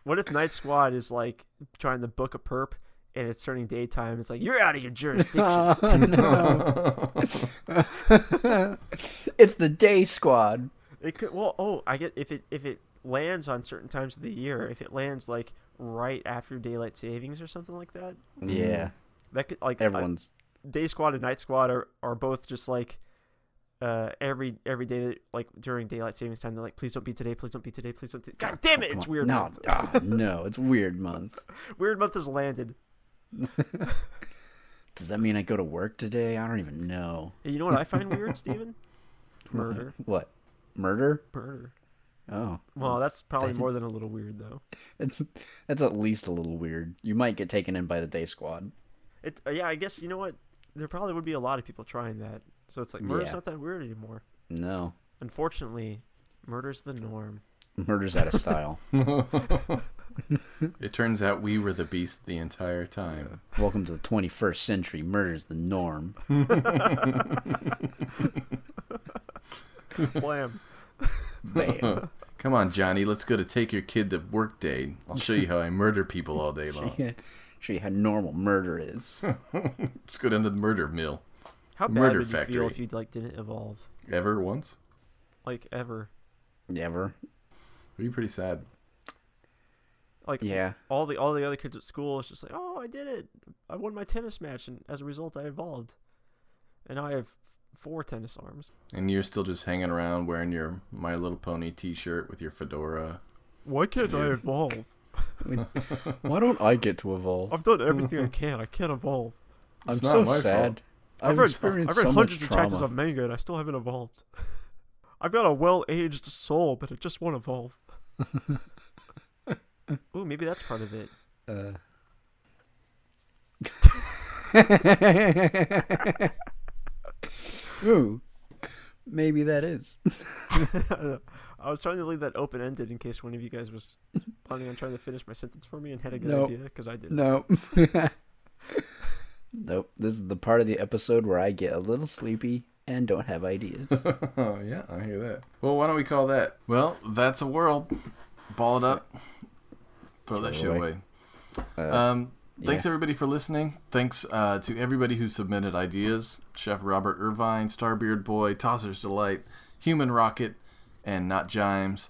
[SPEAKER 3] what if Night Squad is like trying to book a perp and it's turning daytime? It's like, you're out of your jurisdiction.
[SPEAKER 4] It's the day squad.
[SPEAKER 3] it could, well, oh, I get if it if it lands on certain times of the year, if it lands like right after daylight savings or something like that,
[SPEAKER 4] Yeah,
[SPEAKER 3] that could like I-
[SPEAKER 4] Mm. everyone's
[SPEAKER 3] day squad and night squad are, are both just like uh every every day that, like during daylight savings time they're like please don't be today please don't be today please don't t-. god damn it
[SPEAKER 4] Oh, Come
[SPEAKER 3] it's
[SPEAKER 4] on.
[SPEAKER 3] weird
[SPEAKER 4] No,
[SPEAKER 3] month.
[SPEAKER 4] ah, no, it's weird month.
[SPEAKER 3] weird month has landed
[SPEAKER 4] Does that mean I go to work today? I don't even know.
[SPEAKER 3] And you know what I find weird, Steven? Murder.
[SPEAKER 4] What? Murder?
[SPEAKER 3] Murder.
[SPEAKER 4] Oh.
[SPEAKER 3] Well, that's probably more than a little weird, though.
[SPEAKER 4] It's that's at least a little weird. You might get taken in by the day squad.
[SPEAKER 3] It, uh, yeah, I guess, you know what? There probably would be a lot of people trying that. So it's like, murder's
[SPEAKER 4] Yeah.
[SPEAKER 3] not that weird anymore.
[SPEAKER 4] No.
[SPEAKER 3] Unfortunately, murder's the norm.
[SPEAKER 4] Murder's out of style.
[SPEAKER 2] It turns out we were the beast the entire time.
[SPEAKER 4] Welcome to the 21st century. Murder's the norm.
[SPEAKER 3] Blam.
[SPEAKER 4] Bam.
[SPEAKER 2] Come on, Johnny, let's go to take your kid to work day. I'll show you how I murder people all day long.
[SPEAKER 4] Show you how normal murder is.
[SPEAKER 2] Let's go down to the murder mill.
[SPEAKER 3] How bad
[SPEAKER 2] Murder
[SPEAKER 3] would you feel
[SPEAKER 2] factory.
[SPEAKER 3] if you like didn't evolve?
[SPEAKER 2] Ever once?
[SPEAKER 3] Like, ever?
[SPEAKER 4] Never.
[SPEAKER 2] It'd be pretty sad.
[SPEAKER 3] Like,
[SPEAKER 4] Yeah.
[SPEAKER 3] all the all the other kids at school, it's just like, oh, I did it. I won my tennis match, and as a result, I evolved. And now I have f- four tennis arms.
[SPEAKER 2] And you're still just hanging around wearing your My Little Pony T-shirt with your fedora.
[SPEAKER 3] Why can't I evolve?
[SPEAKER 4] Why don't I get to evolve?
[SPEAKER 3] I've done everything
[SPEAKER 4] Mm-hmm.
[SPEAKER 3] I can. I can't evolve.
[SPEAKER 4] I'm
[SPEAKER 2] It's not
[SPEAKER 4] so
[SPEAKER 2] my fault.
[SPEAKER 4] sad. I've,
[SPEAKER 3] read,
[SPEAKER 4] experienced
[SPEAKER 3] I've read
[SPEAKER 4] so much
[SPEAKER 3] hundreds of chapters
[SPEAKER 4] trauma.
[SPEAKER 3] of manga and I still haven't evolved. I've got a well aged soul, but it just won't evolve. Ooh, maybe that's part of it.
[SPEAKER 4] Uh. Ooh, maybe that is.
[SPEAKER 3] I was trying to leave that open ended in case one of you guys was planning on trying to finish my sentence for me and had a good
[SPEAKER 4] Nope.
[SPEAKER 3] idea because I did.
[SPEAKER 4] No. nope. This is the part of the episode where I get a little sleepy and don't have ideas.
[SPEAKER 2] Oh yeah, I hear that. Well, why don't we call that? Well, that's a world. Ball it up. Throw that
[SPEAKER 4] it
[SPEAKER 2] shit away.
[SPEAKER 4] away.
[SPEAKER 2] um, thanks
[SPEAKER 4] yeah.
[SPEAKER 2] everybody for listening. Thanks uh, to everybody who submitted ideas: Chef Robert Irvine, Starbeard Boy, Tosser's Delight, Human Rocket, and Not Jimes.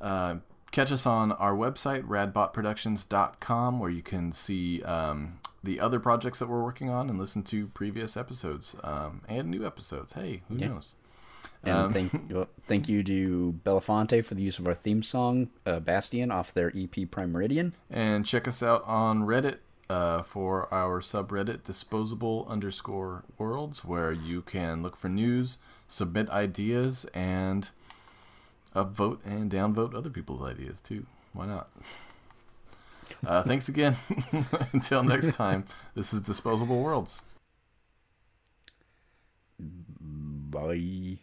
[SPEAKER 2] Uh, catch us on our website radbotproductions.com where you can see um, the other projects that we're working on and listen to previous episodes um, and new episodes. Hey, who knows?
[SPEAKER 4] And thank you, thank you to Belafonte for the use of our theme song, uh, Bastion, off their EP Prime Meridian.
[SPEAKER 2] and check us out on Reddit uh, for our subreddit disposable underscore worlds, where you can look for news, submit ideas, and upvote and downvote other people's ideas too. Why not? Uh, thanks again. Until next time, this is Disposable Worlds.
[SPEAKER 4] Bye.